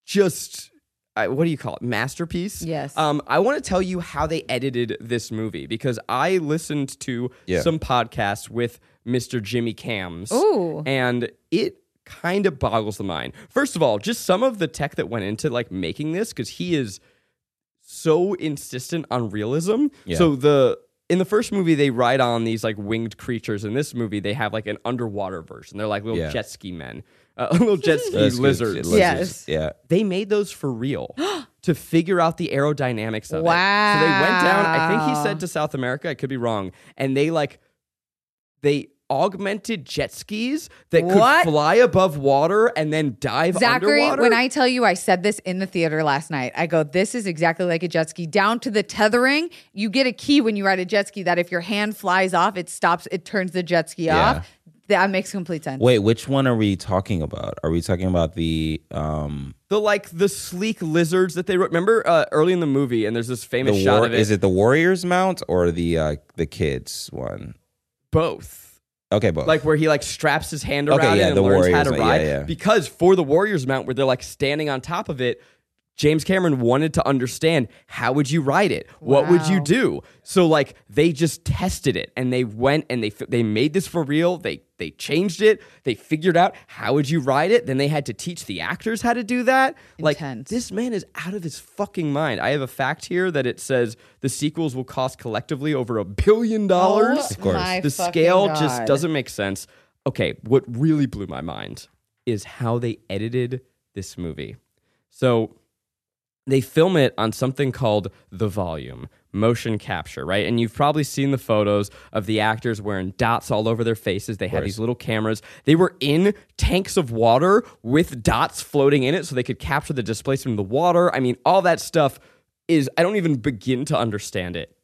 Speaker 2: just I, what do you call it, masterpiece?
Speaker 3: Yes.
Speaker 2: Um, I want to tell you how they edited this movie because I listened to
Speaker 4: Yeah.
Speaker 2: some podcasts with Mr. Jimmy Cams.
Speaker 3: Ooh.
Speaker 2: and it kind of boggles the mind. First of all, just some of the tech that went into like making this because he is so insistent on realism.
Speaker 4: Yeah.
Speaker 2: So the in the first movie they ride on these like winged creatures. In this movie they have like an underwater version. They're like little
Speaker 4: Yeah.
Speaker 2: jet ski men, uh, little jet ski
Speaker 4: That's good.
Speaker 2: lizards.
Speaker 3: Yes.
Speaker 4: Yeah.
Speaker 2: They made those for real to figure out the aerodynamics of it. So they went down. I think he
Speaker 3: Wow.
Speaker 2: said to South America. I could be wrong. And they like they augmented jet skis that
Speaker 3: What?
Speaker 2: could fly above water and then dive
Speaker 3: Zachary,
Speaker 2: underwater.
Speaker 3: when I tell you I said this in the theater last night, I go, this is exactly like a jet ski. Down to the tethering, you get a key when you ride a jet ski that if your hand flies off, it stops, it turns the jet ski off. That makes complete sense.
Speaker 4: Wait, which one are we talking about? Are we talking about the um
Speaker 2: the like the sleek lizards that they wrote. Remember uh, early in the movie, and there's this famous
Speaker 4: the
Speaker 2: shot
Speaker 4: war
Speaker 2: of it.
Speaker 4: is it the warriors mount or the uh the kids one?
Speaker 2: both?
Speaker 4: Okay, both.
Speaker 2: Like where he like straps his hand around
Speaker 4: Okay,
Speaker 2: it
Speaker 4: yeah,
Speaker 2: and
Speaker 4: the
Speaker 2: learns how to
Speaker 4: Warriors mount. Yeah,
Speaker 2: ride.
Speaker 4: yeah.
Speaker 2: Because for the Warriors mount, where they're like standing on top of it, James Cameron wanted to understand how would you ride it, what would you
Speaker 3: Wow.
Speaker 2: do. So like they just tested it and they went and they f- they made this for real. They they changed it. They figured out how would you ride it. Then they had to teach the actors how to do that. Like
Speaker 3: Intense.
Speaker 2: this man is out of his fucking mind. I have a fact here that it says the sequels will cost collectively over a billion dollars
Speaker 3: Of course. my
Speaker 2: the
Speaker 3: fucking
Speaker 2: scale just
Speaker 3: God.
Speaker 2: doesn't make sense. Okay, what really blew my mind is how they edited this movie. So they film it on something called the volume, motion capture, right? And you've probably seen the photos of the actors wearing dots all over their faces. They had these little cameras. They were in tanks of water with dots floating in it so they could capture the displacement of the water. I mean, all that stuff is, I don't even begin to understand it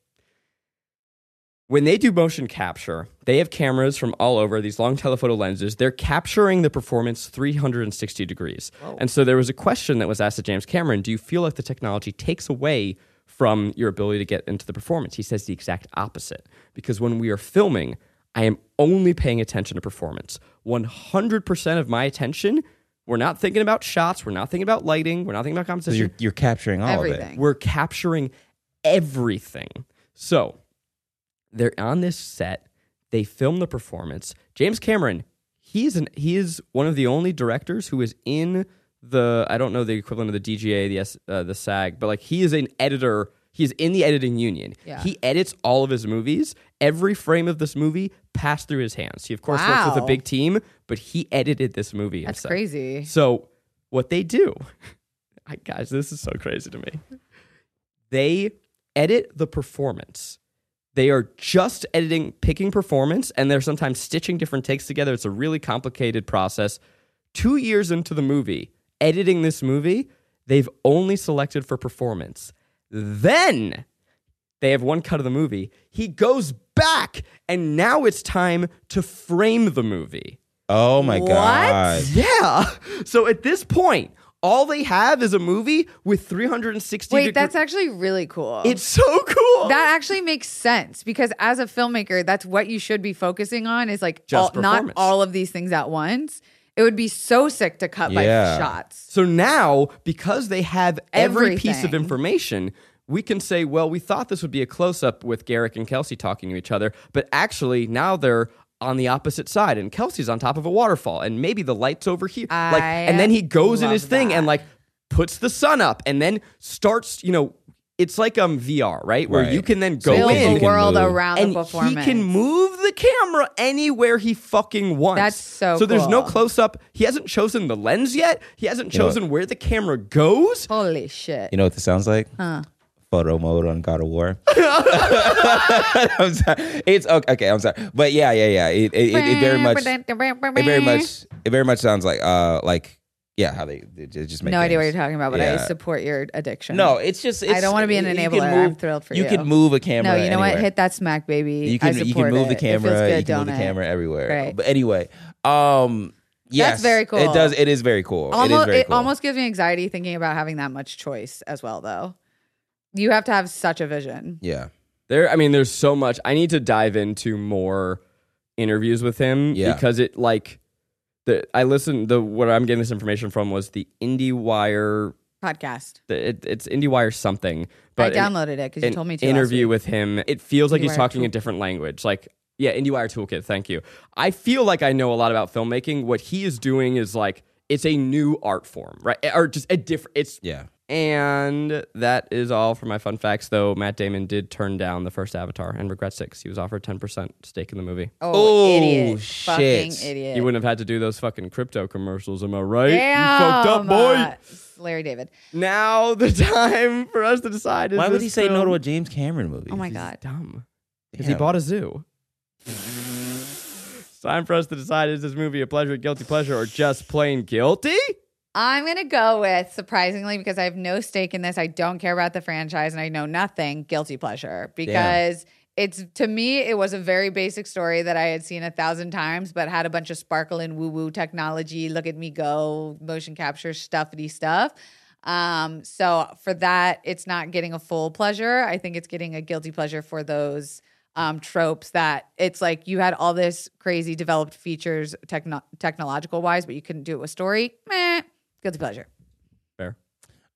Speaker 2: when they do motion capture, they have cameras from all over, these long telephoto lenses. They're capturing the performance 360 degrees. And so there was a question that was asked to James Cameron Do you feel like the technology takes away from your ability to get into the performance? He says the exact opposite. Because when we are filming, I am only paying attention to performance. 100% of my attention, we're not thinking about shots, we're not thinking about lighting, we're not thinking about
Speaker 4: So
Speaker 2: composition.
Speaker 4: you're you're capturing all of
Speaker 3: Everything.
Speaker 2: We're capturing everything. So they're on this set. They film the performance. James Cameron, he is an, he is one of the only directors who is in the I don't know the equivalent of the DGA, the S, uh, the SAG, but like he is an editor. He's in the editing union.
Speaker 3: Yeah.
Speaker 2: He edits all of his movies. Every frame of this movie passed through his hands. He of course works with a
Speaker 3: Wow.
Speaker 2: big team, but he edited this movie.
Speaker 3: That's
Speaker 2: himself.
Speaker 3: crazy.
Speaker 2: So what they do, I, guys, this is so crazy to me. They edit the performance. They are just editing, picking performance, and they're sometimes stitching different takes together. It's a really complicated process. Two years into the movie, editing this movie, they've only selected for performance. Then they have one cut of the movie. He goes back, and now it's time to frame the movie.
Speaker 4: it. Oh my
Speaker 3: What?
Speaker 4: god.
Speaker 2: Yeah. So at this point,
Speaker 6: All they have is a movie with 360
Speaker 3: Wait,
Speaker 6: degree-
Speaker 3: that's actually really cool.
Speaker 6: it's so cool.
Speaker 3: that actually makes sense because as a filmmaker, that's what you should be focusing on is like
Speaker 2: Just
Speaker 3: all, not
Speaker 2: performance.
Speaker 3: all of these things at once. It would be so sick to cut
Speaker 4: Yeah.
Speaker 3: by shots.
Speaker 2: So now, because they have every piece of
Speaker 3: Everything.
Speaker 2: information, we can say, well, we thought this would be a close up with Garrick and Kelsey talking to each other, but actually now they're on the opposite side and Kelsey's on top of a waterfall and maybe the light's over here. like
Speaker 3: I
Speaker 2: and then he goes in
Speaker 3: love
Speaker 2: his thing and
Speaker 3: that.
Speaker 2: like puts the sun up and then starts, you know, it's like um VR, right? Where
Speaker 4: Right.
Speaker 2: you can then
Speaker 4: So
Speaker 2: go
Speaker 4: you
Speaker 3: Build
Speaker 4: can-
Speaker 2: in
Speaker 3: the
Speaker 4: can
Speaker 3: world
Speaker 4: move.
Speaker 3: around
Speaker 2: and
Speaker 3: the performance.
Speaker 2: He can move the camera anywhere he fucking wants.
Speaker 3: That's so
Speaker 2: So there's no
Speaker 3: cool.
Speaker 2: close up. He hasn't chosen the lens yet. He hasn't
Speaker 4: know-
Speaker 2: chosen where the camera goes.
Speaker 3: Holy shit.
Speaker 4: You know what this sounds like? Photo mode on God of War. I'm sorry. It's okay, okay. I'm sorry, but yeah, yeah, yeah. It, it, it, it very much, it very much, it very much sounds like, uh, like, yeah, how they, they ju- just make.
Speaker 3: No idea what
Speaker 4: games.
Speaker 3: you're talking about, but I
Speaker 4: Yeah.
Speaker 3: support your addiction.
Speaker 4: No, it's just. It's,
Speaker 3: don't wanna be an
Speaker 4: you can
Speaker 3: enabler. I'm
Speaker 4: move-
Speaker 3: thrilled for
Speaker 4: You
Speaker 3: you.
Speaker 4: can move a camera.
Speaker 3: No, you know what?
Speaker 4: anywhere.
Speaker 3: Hit that smack, baby.
Speaker 4: You
Speaker 3: I
Speaker 4: can you can
Speaker 3: support
Speaker 4: move the
Speaker 3: it. It feels good,
Speaker 4: camera. you can move the
Speaker 3: don't it?
Speaker 4: camera everywhere.
Speaker 3: Right.
Speaker 4: But anyway, um, yes,
Speaker 3: very cool.
Speaker 4: It does. It is very cool. it is
Speaker 3: Almost, it,
Speaker 4: very cool.
Speaker 3: almost gives me anxiety thinking about having that much choice as well, though. You have to have such a vision.
Speaker 4: Yeah.
Speaker 2: There, I mean, there's so much. I need to dive into more interviews with him
Speaker 4: Yeah.
Speaker 2: because it like the I listened the what I'm getting this information from was the IndieWire.
Speaker 3: Podcast.
Speaker 2: the- It, it's IndieWire something. But
Speaker 3: I
Speaker 2: an-
Speaker 3: downloaded it because you
Speaker 2: an
Speaker 3: told me to. last
Speaker 2: interview
Speaker 3: week.
Speaker 2: with him. It feels like he's
Speaker 3: IndieWire
Speaker 2: talking
Speaker 3: Tool-
Speaker 2: a different language. Like yeah, IndieWire Toolkit. Thank you. I feel like I know a lot about filmmaking. What he is doing is like it's a new art form, right? Or just a different. It's
Speaker 4: Yeah.
Speaker 2: and that is all for my fun facts. Though Matt Damon did turn down the first Avatar and regrets six. He was offered ten percent stake in the movie.
Speaker 3: Oh,
Speaker 4: Oh,
Speaker 3: idiot.
Speaker 4: shit.
Speaker 3: Fucking idiot.
Speaker 2: He wouldn't have had to do those fucking crypto commercials. Am I right?
Speaker 3: Damn. uh,
Speaker 2: You fucked up, boy.
Speaker 3: Larry David.
Speaker 2: Now the time for us to decide. Is
Speaker 4: Why would
Speaker 2: this
Speaker 4: he say no
Speaker 2: film
Speaker 4: to a James Cameron movie?
Speaker 3: Oh my God.
Speaker 2: dumb? Because he
Speaker 4: Damn.
Speaker 2: bought a zoo. it's time for us to decide is this movie a pleasure, guilty pleasure, or just plain guilty?
Speaker 3: I'm going to go with, surprisingly, because I have no stake in this. I don't care about the franchise and I know nothing, guilty pleasure. Because it's, to me, it was a very basic story that I had seen a thousand times, but had a bunch of sparkle and woo woo technology, look at me go, motion capture, stuffy stuff. Um, so for that, it's not getting a full pleasure. I think it's getting a guilty pleasure for those um, tropes that it's like you had all this crazy developed features techno- technological wise, but you couldn't do it with story. Meh, guilty pleasure.
Speaker 2: Fair.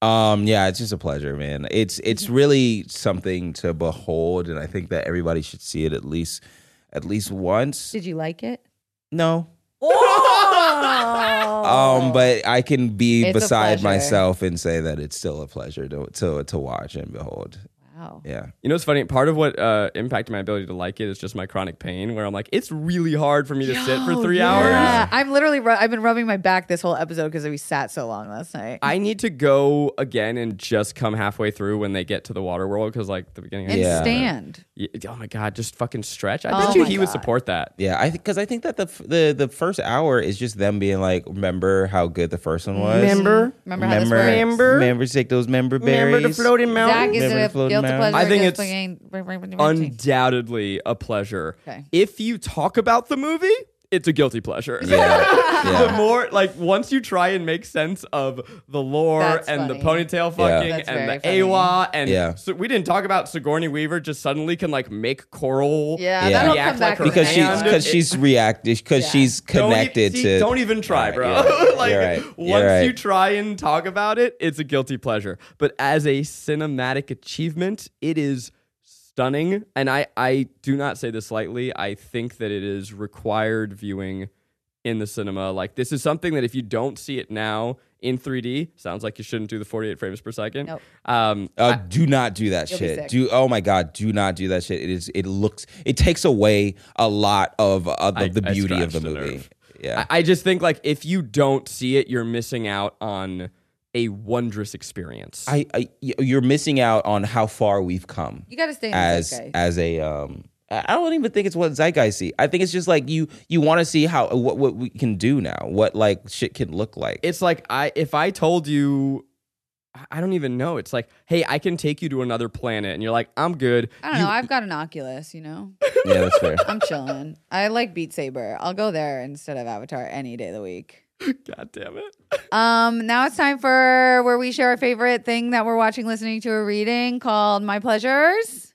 Speaker 4: Um, yeah, it's just a pleasure, man. It's it's really something to behold, and I think that everybody should see it at least at least once.
Speaker 3: Did you like it?
Speaker 4: No.
Speaker 3: Oh!
Speaker 4: Um, but I can be
Speaker 3: It's a
Speaker 4: beside
Speaker 3: pleasure.
Speaker 4: myself and say that it's still a pleasure to to to watch and behold.
Speaker 3: wow.
Speaker 4: Yeah.
Speaker 2: You know, it's funny. Part of what uh, impacted my ability to like it is just my chronic pain, where I'm like, it's really hard for me to sit for three hours.
Speaker 3: Yeah, I'm literally ru- I've been rubbing my back this whole episode because we sat so long last night.
Speaker 2: I need to go again and just come halfway through when they get to the water world because, like, the beginning.
Speaker 3: and
Speaker 4: Yeah.
Speaker 3: stand.
Speaker 2: Yeah, oh my god, just fucking stretch. I
Speaker 3: Oh
Speaker 2: bet you
Speaker 3: my
Speaker 2: he would
Speaker 3: God.
Speaker 2: support that.
Speaker 4: Yeah, I think because I think that the f- the the first hour is just them being like, remember how good the first one was.
Speaker 2: Remember?
Speaker 3: Remember how this
Speaker 4: remember,
Speaker 3: works?
Speaker 4: remember, take those member berries.
Speaker 3: Zach, is it
Speaker 4: Remember the
Speaker 3: a
Speaker 4: floating
Speaker 3: guilty
Speaker 4: mound?
Speaker 3: pleasure?
Speaker 2: I think
Speaker 3: or
Speaker 2: it's
Speaker 3: guilty-
Speaker 2: Undoubtedly a pleasure.
Speaker 3: Okay.
Speaker 2: If you talk about the movie, it's a guilty pleasure.
Speaker 4: Yeah,
Speaker 2: the
Speaker 4: yeah.
Speaker 2: more like once you try and make sense of the lore
Speaker 3: That's
Speaker 2: and the
Speaker 3: funny.
Speaker 2: ponytail
Speaker 4: Yeah.
Speaker 2: fucking
Speaker 3: That's
Speaker 2: and the
Speaker 3: very funny.
Speaker 2: AWA and
Speaker 4: Yeah.
Speaker 2: so we didn't talk about Sigourney Weaver just suddenly can like make coral.
Speaker 3: Yeah,
Speaker 4: Yeah.
Speaker 3: that'll
Speaker 2: React
Speaker 3: come
Speaker 2: like
Speaker 3: back
Speaker 2: her
Speaker 3: in the
Speaker 4: because she
Speaker 3: next
Speaker 2: And
Speaker 4: because
Speaker 2: it-
Speaker 4: she's reacted because
Speaker 3: Yeah.
Speaker 4: she's
Speaker 2: Don't e-
Speaker 4: connected
Speaker 2: see,
Speaker 4: to.
Speaker 2: Don't even try,
Speaker 4: Alright,
Speaker 2: bro.
Speaker 4: yeah,
Speaker 2: like
Speaker 4: you're right, you're
Speaker 2: once
Speaker 4: right.
Speaker 2: you try and talk about it, it's a guilty pleasure. But as a cinematic achievement, it is stunning, and I I do not say this lightly. I think that it is required viewing in the cinema. Like this is something that if you don't see it now in 3D, sounds like you shouldn't do the 48 frames per second.
Speaker 3: Nope.
Speaker 2: Um,
Speaker 4: Uh, do not do that
Speaker 3: You'll be
Speaker 4: shit.
Speaker 3: sick.
Speaker 4: Do oh my god, do not do that shit. It is it looks it takes away a lot of uh, of
Speaker 2: I-
Speaker 4: the
Speaker 2: I
Speaker 4: beauty of the
Speaker 2: scratched a
Speaker 4: movie.
Speaker 2: nerve.
Speaker 4: Yeah.
Speaker 2: I, I just think like if you don't see it, you're missing out on a wondrous experience.
Speaker 4: I, I y- you're missing out on how far we've come
Speaker 3: You got to stay in
Speaker 4: as
Speaker 3: the zeitgeist.
Speaker 4: as a um I I don't even think it's what zeitgeist see. I think it's just like you you want to see how what what we can do now, what like shit can look like.
Speaker 2: it's like I if I told you I- I don't even know. It's like, hey, I can take you to another planet, and you're like, I'm good.
Speaker 3: I don't know. I've got an Oculus, you know?
Speaker 4: yeah, that's fair.
Speaker 3: I'm chilling. I like Beat Saber. I'll go there instead of Avatar any day of the week.
Speaker 2: God damn it.
Speaker 3: Um, now it's time for where we share a favorite thing that we're watching, listening to, or reading called My Pleasures.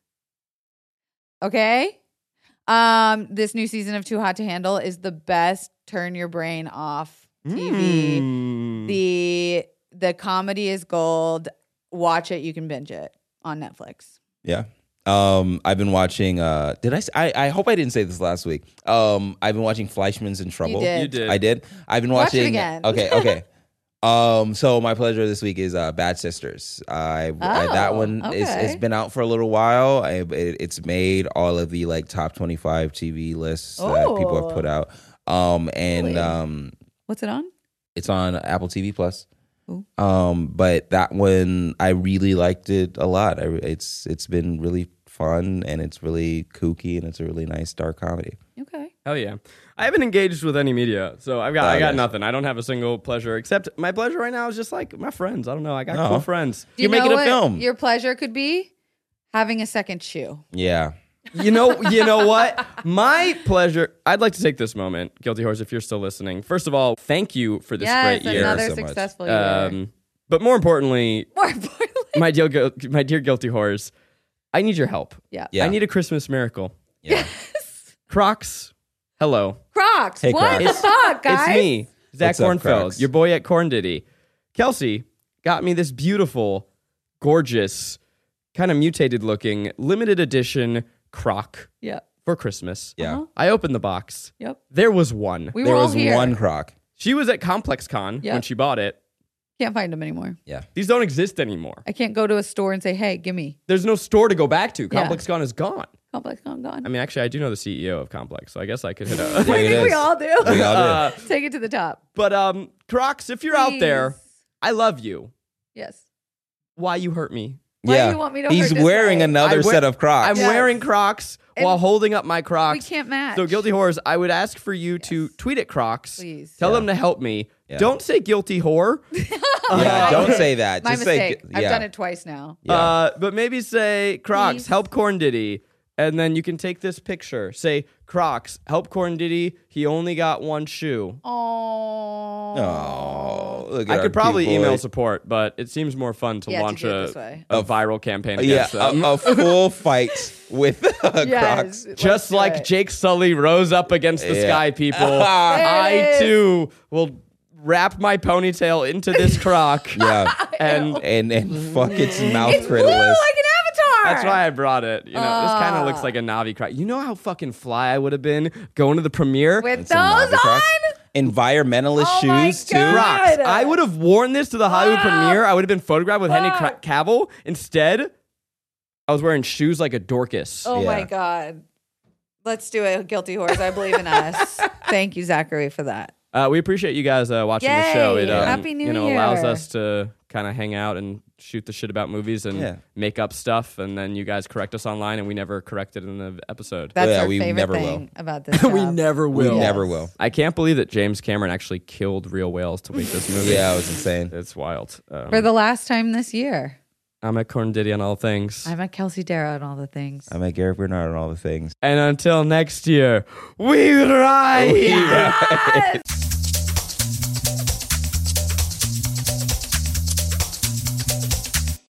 Speaker 3: Okay. Um, this new season of Too Hot to Handle is the best turn your brain off TV. The the comedy is gold. Watch it, you can binge it on Netflix.
Speaker 4: Yeah. Um, I've been watching. Uh, did I, s- I? I hope I didn't say this last week. Um, I've been watching Fleischman's in Trouble.
Speaker 3: did.
Speaker 2: You did.
Speaker 4: I did. I've been
Speaker 3: Watch it
Speaker 4: watching.
Speaker 3: again.
Speaker 4: Okay. Okay. um. So my pleasure this week is uh, Bad Sisters. I, I that
Speaker 3: Oh,
Speaker 4: one is
Speaker 3: okay.
Speaker 4: it's been out for a little while. I, it, it's made all of the like top twenty five TV lists that people
Speaker 3: Oh.
Speaker 4: have put out. Um. And
Speaker 3: Really?
Speaker 4: um.
Speaker 3: What's it on?
Speaker 4: It's on Apple TV Plus.
Speaker 3: Ooh.
Speaker 4: Um, but that one I really liked it a lot. I, re- it's it's been really fun and it's really kooky and it's a really nice dark comedy.
Speaker 3: Okay.
Speaker 2: Hell yeah. I haven't engaged with any media, so I've got
Speaker 4: Oh,
Speaker 2: I got
Speaker 4: nice.
Speaker 2: nothing. I don't have a single pleasure except my pleasure right now is just like my friends. I don't know. I got
Speaker 4: Oh.
Speaker 2: cool friends.
Speaker 3: Do
Speaker 4: You're making
Speaker 3: know
Speaker 4: a
Speaker 3: what
Speaker 4: film.
Speaker 3: Your pleasure could be having a second shoe.
Speaker 4: Yeah.
Speaker 2: You know, you know what? My pleasure. I'd like to take this moment, Guilty Horse, if you're still listening. First of all, thank you for this
Speaker 3: yes,
Speaker 2: great year.
Speaker 3: another
Speaker 4: so much.
Speaker 3: successful year.
Speaker 2: Um, but more importantly,
Speaker 3: More importantly,
Speaker 2: my dear, gu- my dear guilty horse, I need your help.
Speaker 3: Yeah.
Speaker 4: Yeah.
Speaker 2: I need a Christmas miracle.
Speaker 4: Yeah.
Speaker 2: Crocs, hello.
Speaker 3: Crocs.
Speaker 4: Hey,
Speaker 3: what
Speaker 4: Crocs.
Speaker 3: the fuck, guys?
Speaker 2: It's me, Zach
Speaker 4: What's up,
Speaker 2: Kornfeld,
Speaker 4: Crocs?
Speaker 2: your boy at Corn Diddy. Kelsey got me this beautiful, gorgeous, kind of mutated looking, limited edition croc
Speaker 3: Yep.
Speaker 2: for Christmas.
Speaker 4: Yeah. Uh-huh.
Speaker 2: I opened the box.
Speaker 3: Yep.
Speaker 2: There was one.
Speaker 3: We
Speaker 4: there
Speaker 3: were all
Speaker 4: was
Speaker 3: here.
Speaker 4: one croc.
Speaker 2: She was at Complex Con
Speaker 3: Yeah.
Speaker 2: when she bought it.
Speaker 3: Can't find them anymore.
Speaker 4: Yeah.
Speaker 2: These don't exist anymore.
Speaker 3: I can't go to a store and say, "Hey, give me
Speaker 2: There's no store to go back to.
Speaker 3: Yeah.
Speaker 2: Complex Con is gone.
Speaker 3: complex Oh, gone gone."
Speaker 2: I mean, actually, I do know the CEO of Complex, so I guess I could hit up.
Speaker 4: There
Speaker 3: I
Speaker 4: it
Speaker 3: think we
Speaker 4: is.
Speaker 3: all do.
Speaker 4: We all did.
Speaker 3: Take it to the top.
Speaker 2: but um, Crocs, if you're out there,
Speaker 3: Please.
Speaker 2: I love you.
Speaker 3: Yes.
Speaker 2: Why you hurt me?
Speaker 3: Why do
Speaker 4: yeah.
Speaker 3: you want me to
Speaker 4: He's
Speaker 3: hurt this
Speaker 4: wearing
Speaker 3: guy?
Speaker 4: another
Speaker 2: I wear-
Speaker 4: set of crocs.
Speaker 2: I'm
Speaker 3: Yes.
Speaker 2: wearing Crocs while
Speaker 3: And
Speaker 2: holding up my
Speaker 3: We
Speaker 2: Crocs.
Speaker 3: can't match.
Speaker 2: So guilty whores, I would ask for you to tweet at Crocs.
Speaker 3: Please.
Speaker 2: Tell them to help me.
Speaker 4: Yeah.
Speaker 2: Don't say guilty whore.
Speaker 4: yeah, don't say that.
Speaker 3: My
Speaker 4: Just
Speaker 3: mistake.
Speaker 4: say yeah.
Speaker 3: I've done it twice now.
Speaker 4: Yeah.
Speaker 2: Uh, but maybe say Crocs
Speaker 3: Please.
Speaker 2: help Corn Diddy, and then you can take this picture. Say Crocs help Corn Diddy. He only got one shoe.
Speaker 3: Oh.
Speaker 4: oh, look at
Speaker 2: I
Speaker 4: our
Speaker 2: could probably
Speaker 4: cute boy.
Speaker 2: email support, but it seems more fun to
Speaker 3: Yeah, to
Speaker 2: launch
Speaker 3: do it this
Speaker 2: a,
Speaker 3: way.
Speaker 2: a viral campaign
Speaker 4: uh, Yeah,
Speaker 2: against them.
Speaker 4: a, a full fight with uh,
Speaker 3: Yes.
Speaker 4: crocs.
Speaker 3: Let's
Speaker 2: Just
Speaker 3: do
Speaker 2: like
Speaker 3: it.
Speaker 2: Jake Sully rose up against the
Speaker 4: Yeah.
Speaker 2: sky people,
Speaker 3: it
Speaker 2: I
Speaker 3: is.
Speaker 2: too will wrap my ponytail into this croc
Speaker 4: Yeah.
Speaker 2: and
Speaker 4: and and fuck its mouth
Speaker 3: It's blue like
Speaker 4: frivolous.
Speaker 3: an avatar.
Speaker 2: That's why I brought it. You know, this kind of looks like a Navi cry. You know how fucking fly I would have been going to the premiere?
Speaker 3: With
Speaker 4: Some
Speaker 3: those
Speaker 4: Navi
Speaker 3: on.
Speaker 4: Crocs. Environmentalist
Speaker 3: Oh my
Speaker 4: shoes too.
Speaker 3: God.
Speaker 2: Crocs. I would have worn this to the Hollywood
Speaker 3: Ah!
Speaker 2: premiere. I would have been photographed with Henry Cra-
Speaker 3: Fuck.
Speaker 2: Cavill. Instead, I was wearing shoes like a Dorcas.
Speaker 3: Oh my
Speaker 4: Yeah.
Speaker 3: God. Let's do it, Guilty Horse. I believe in us. Thank you, Zachary, for that.
Speaker 4: Oh,
Speaker 2: Uh, we appreciate you guys uh, watching the show.
Speaker 3: Yay!
Speaker 2: It um,
Speaker 3: Happy New
Speaker 2: you know allows
Speaker 3: Year.
Speaker 2: us to kind of hang out and shoot the shit about movies and
Speaker 4: Yeah.
Speaker 2: make up stuff, and then you guys correct us online, and we never correct it in the episode.
Speaker 3: That's
Speaker 4: Yeah,
Speaker 3: our
Speaker 4: we
Speaker 3: favorite
Speaker 4: never
Speaker 3: thing
Speaker 4: will.
Speaker 3: about this. job.
Speaker 4: We never will.
Speaker 2: I can't believe that James Cameron actually killed real whales to make this movie.
Speaker 4: Yeah, it was insane.
Speaker 2: It's wild. Um,
Speaker 3: For the last time this year,
Speaker 2: I'm at Corn Diddy on all things.
Speaker 3: I'm at Kelsey Darrow and all the things.
Speaker 4: I'm at Garrett Bernard and all the things.
Speaker 2: and until next year, we ride.
Speaker 3: Yes!